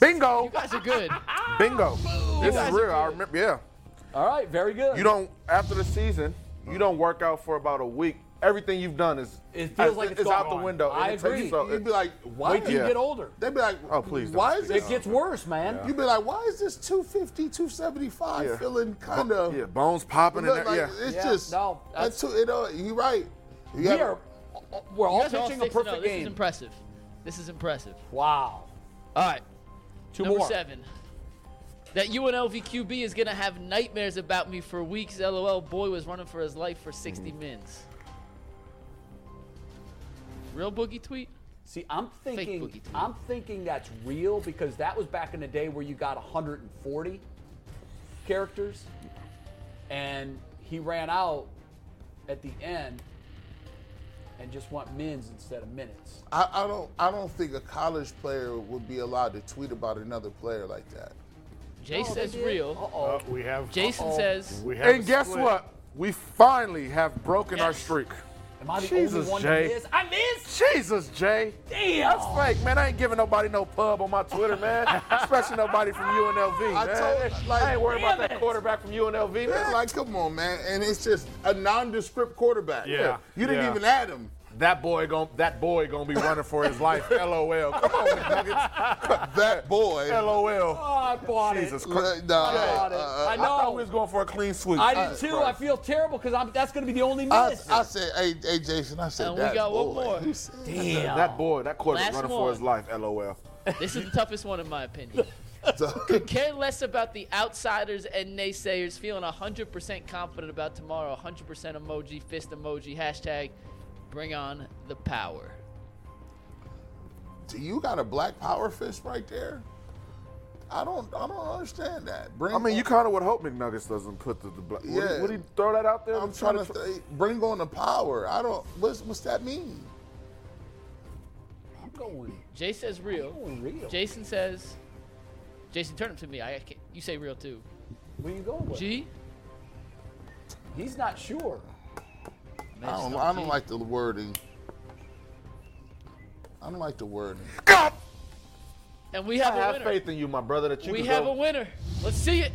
E: Bingo.
A: You guys are good.
E: Bingo.
A: guys
E: This is
A: are
E: real. I remember. Yeah.
C: All right, very good.
E: You don't after the season. You don't work out for about a week. Everything you've done is
C: It feels like it's
E: it's out
C: gone.
E: the window.
C: I
E: and it takes
C: agree.
E: you so-
F: You'd be like, why?
C: wait till
E: Yeah.
C: you get older.
F: They'd be like,
E: Oh, please don't
F: Why is
E: speak
F: this?
C: It gets worse, man.
F: You'd be like, why is this 250, 275
E: Yeah.
F: feeling
E: Bo-
F: kind of?
E: yeah, bones popping and
F: Look,
E: that,
F: like,
E: yeah.
F: It's
C: Yeah,
F: just
C: no,
F: that's too. You know, you're right. You
C: We
F: have-
C: are. We're
A: You
C: all
A: guys are all
C: pitching a
A: six and oh.
C: perfect
A: This is
C: game.
A: impressive. This is impressive.
C: Wow.
A: All right.
C: Two
A: Number
C: more.
A: seven. That UNLV QB is gonna have nightmares about me for weeks. LOL. Boy was running for his life for 60 mins. Real boogie tweet.
C: See, I'm
A: boogie
C: thinking,
A: team.
C: I'm thinking that's real because that was back in the day where you got 140 characters, and he ran out at the end and just want mins instead of minutes.
F: I, I don't. I don't think a college player would be allowed to tweet about another player like that.
A: Jay says real.
C: Uh-oh.
D: Uh, we have.
A: Jason says
D: We have.
E: And
D: a
E: guess
D: split.
E: what? We finally have broken our
A: Yes.
E: streak.
C: Am I the
E: Jesus,
C: only one
E: Jay.
C: that missed? I missed.
E: Jesus, Jay.
C: Damn.
E: That's fake, man. I ain't giving nobody no pub on my Twitter, man. Especially nobody from UNLV. man.
F: I told- like-
E: I ain't worried about
C: Damn
E: that
C: it.
E: quarterback from UNLV,
F: Yeah,
E: man.
F: like, come on, man. And it's just a nondescript quarterback.
D: Yeah,
F: You didn't
D: yeah.
F: even add him.
E: that boy gon' that boy gonna be running for his life. LOL. Come on, McNuggets.
F: That boy.
E: LOL.
C: Oh, I bought
E: Jesus
C: it.
F: Uh,
E: Christ.
F: no,
C: got it.
F: uh,
C: I
E: I thought
C: know.
E: we was going for a clean sweep.
C: I did too. I feel terrible because I'm. That's gonna be the only
F: I,
C: miss.
F: I said, hey, hey, Jason, I said
A: And we
F: that
A: got
F: boy.
A: one more.
F: He said-
C: Damn.
E: That boy, that quarterback
A: Last
E: running
A: one.
E: for his life. LOL.
A: this is the toughest one in my opinion. Care less about the outsiders and naysayers. Feeling 100% confident about tomorrow. 100% emoji, fist emoji, hashtag bring on the power.
F: Do you got a black power fist right there? I don't I don't understand that. Bring
E: I mean, you
F: on-
E: kind of would hope McNuggets doesn't put the. the bla- would,
F: Yeah.
E: he, would he throw that out there?
F: I'm
E: Try
F: trying to
E: tr-
F: say, bring on the power. I don't. What's what's that mean?
C: I'm going,
H: Jay says
C: I'm
E: Oh,
H: real.
C: going real.
H: Jason says. Jason, turn it to me. I can't, you say real too.
C: Where you going with?
H: G.
C: He's not sure.
H: Man,
F: I
H: just
F: don't.
H: no
F: I don't
H: G.
F: like the wording. I don't like the wording.
H: And we
E: I
H: have a
E: have
H: winner.
E: faith in you, my brother. That you
H: We
E: can
H: have
E: go-
H: a winner. Let's see it.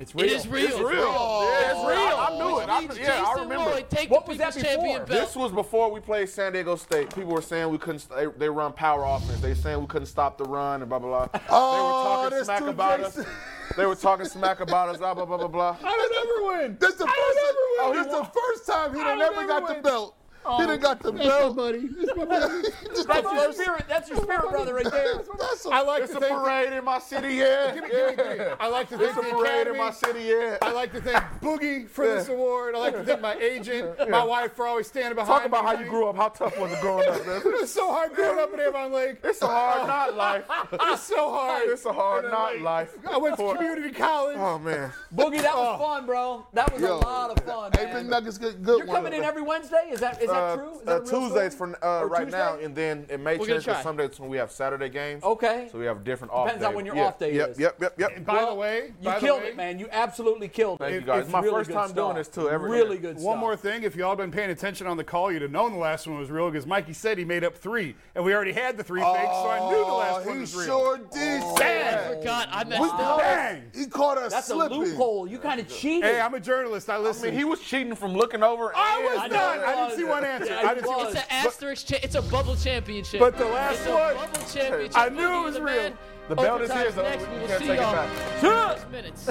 C: It's
H: It is real.
E: It's real. Yeah, it's real. I, I knew
H: Which
E: it. I,
H: means
E: yeah, I
H: Jason
E: remember.
H: Lloyd take
C: What
H: the
C: was that
H: People's Champion
C: before?
H: belt.
E: This was before we played San Diego State. People were saying we couldn't. They, they run power offense. They saying we couldn't stop the run and blah blah blah.
F: Oh,
E: they were talking
F: that's
E: smack
F: too
E: about
F: Jason.
E: us. They were talking smack about us. Blah blah blah blah blah.
F: I would never win. That's the first. Time,
E: win.
F: that's the first time he done
C: would
F: ever
C: never
F: got
C: win.
F: the belt. he done got the belt, Oh. buddy. That's
C: That's your spirit. That's your spirit brother right there.
F: That's a,
D: I like
E: It's
D: to
E: a
D: think.
E: parade in my city, yeah. yeah.
D: I like to
E: It's
D: thank
E: a
D: the
E: parade in
D: Academy.
E: my city, yeah.
D: I like to thank Boogie for this
E: Yeah.
D: award. I like to thank my agent,
E: Yeah.
D: my wife for always standing behind
E: Talk about
D: me.
E: how you grew up. How tough was it growing up, man?
D: It was so hard growing up in Avon Lake. Oh.
E: It's a hard not life.
D: It's so hard.
E: It's a hard
D: And then,
E: not
D: like,
E: life.
D: I went to community college.
E: Oh man.
C: Boogie, that was fun, bro. That was a
F: Yo.
C: lot of fun.
F: hey, Big
C: man.
F: Nuggets, good, good
C: You're
F: one.
C: coming in every Wednesday. Is that is that
E: Uh,
C: true? Is that
E: uh,
C: a real story?
E: Tuesdays for uh,
C: Or
E: right now,
C: Tuesday?
E: and then it may
H: We're gonna
E: change because
H: try.
E: some days when we have Saturday games.
C: Okay.
E: So we have different off
C: Depends on
E: days.
C: when your
E: Yeah.
C: off day
E: yep,
C: is.
E: Yep, yep, yep,
D: By the way,
C: You
D: by the
C: killed
D: way,
C: it, man. You absolutely killed
E: Thank
C: it.
E: you guys.
C: It's
E: My
C: really
E: first
C: good
E: time doing
C: stuff.
E: this too. Every
C: really good.
D: One
C: stuff.
D: more thing, if y'all been paying attention on the call, you'd have known the last one was real because Mikey said he made up three, and we already had the three fakes, so I knew the last
F: Oh,
D: one
F: he
D: was real.
F: sure did.
H: I forgot. I messed up.
D: Bang!
F: He caught us
C: That's
F: slipping.
C: a loophole. You kind of cheated.
D: Hey, I'm a journalist. I
E: I
D: listen.
E: mean, he was cheating from looking over.
D: I
E: and-
D: was
C: I know
D: not.
C: it
D: I didn't
C: was.
D: see one answer.
C: Yeah,
D: I
C: it
D: didn't see
C: was.
D: one.
H: It's an asterisk. Cha- it's a bubble championship.
D: But the last
H: it's a
D: one-
H: bubble championship.
D: I knew it
H: Boogie
D: was
H: the
D: real.
H: Man.
E: The belt is
H: Overtime's
E: his, though.
H: Next,
E: You
H: we will
E: can't
H: see
E: take it
H: y'all
E: back.
H: in six minutes.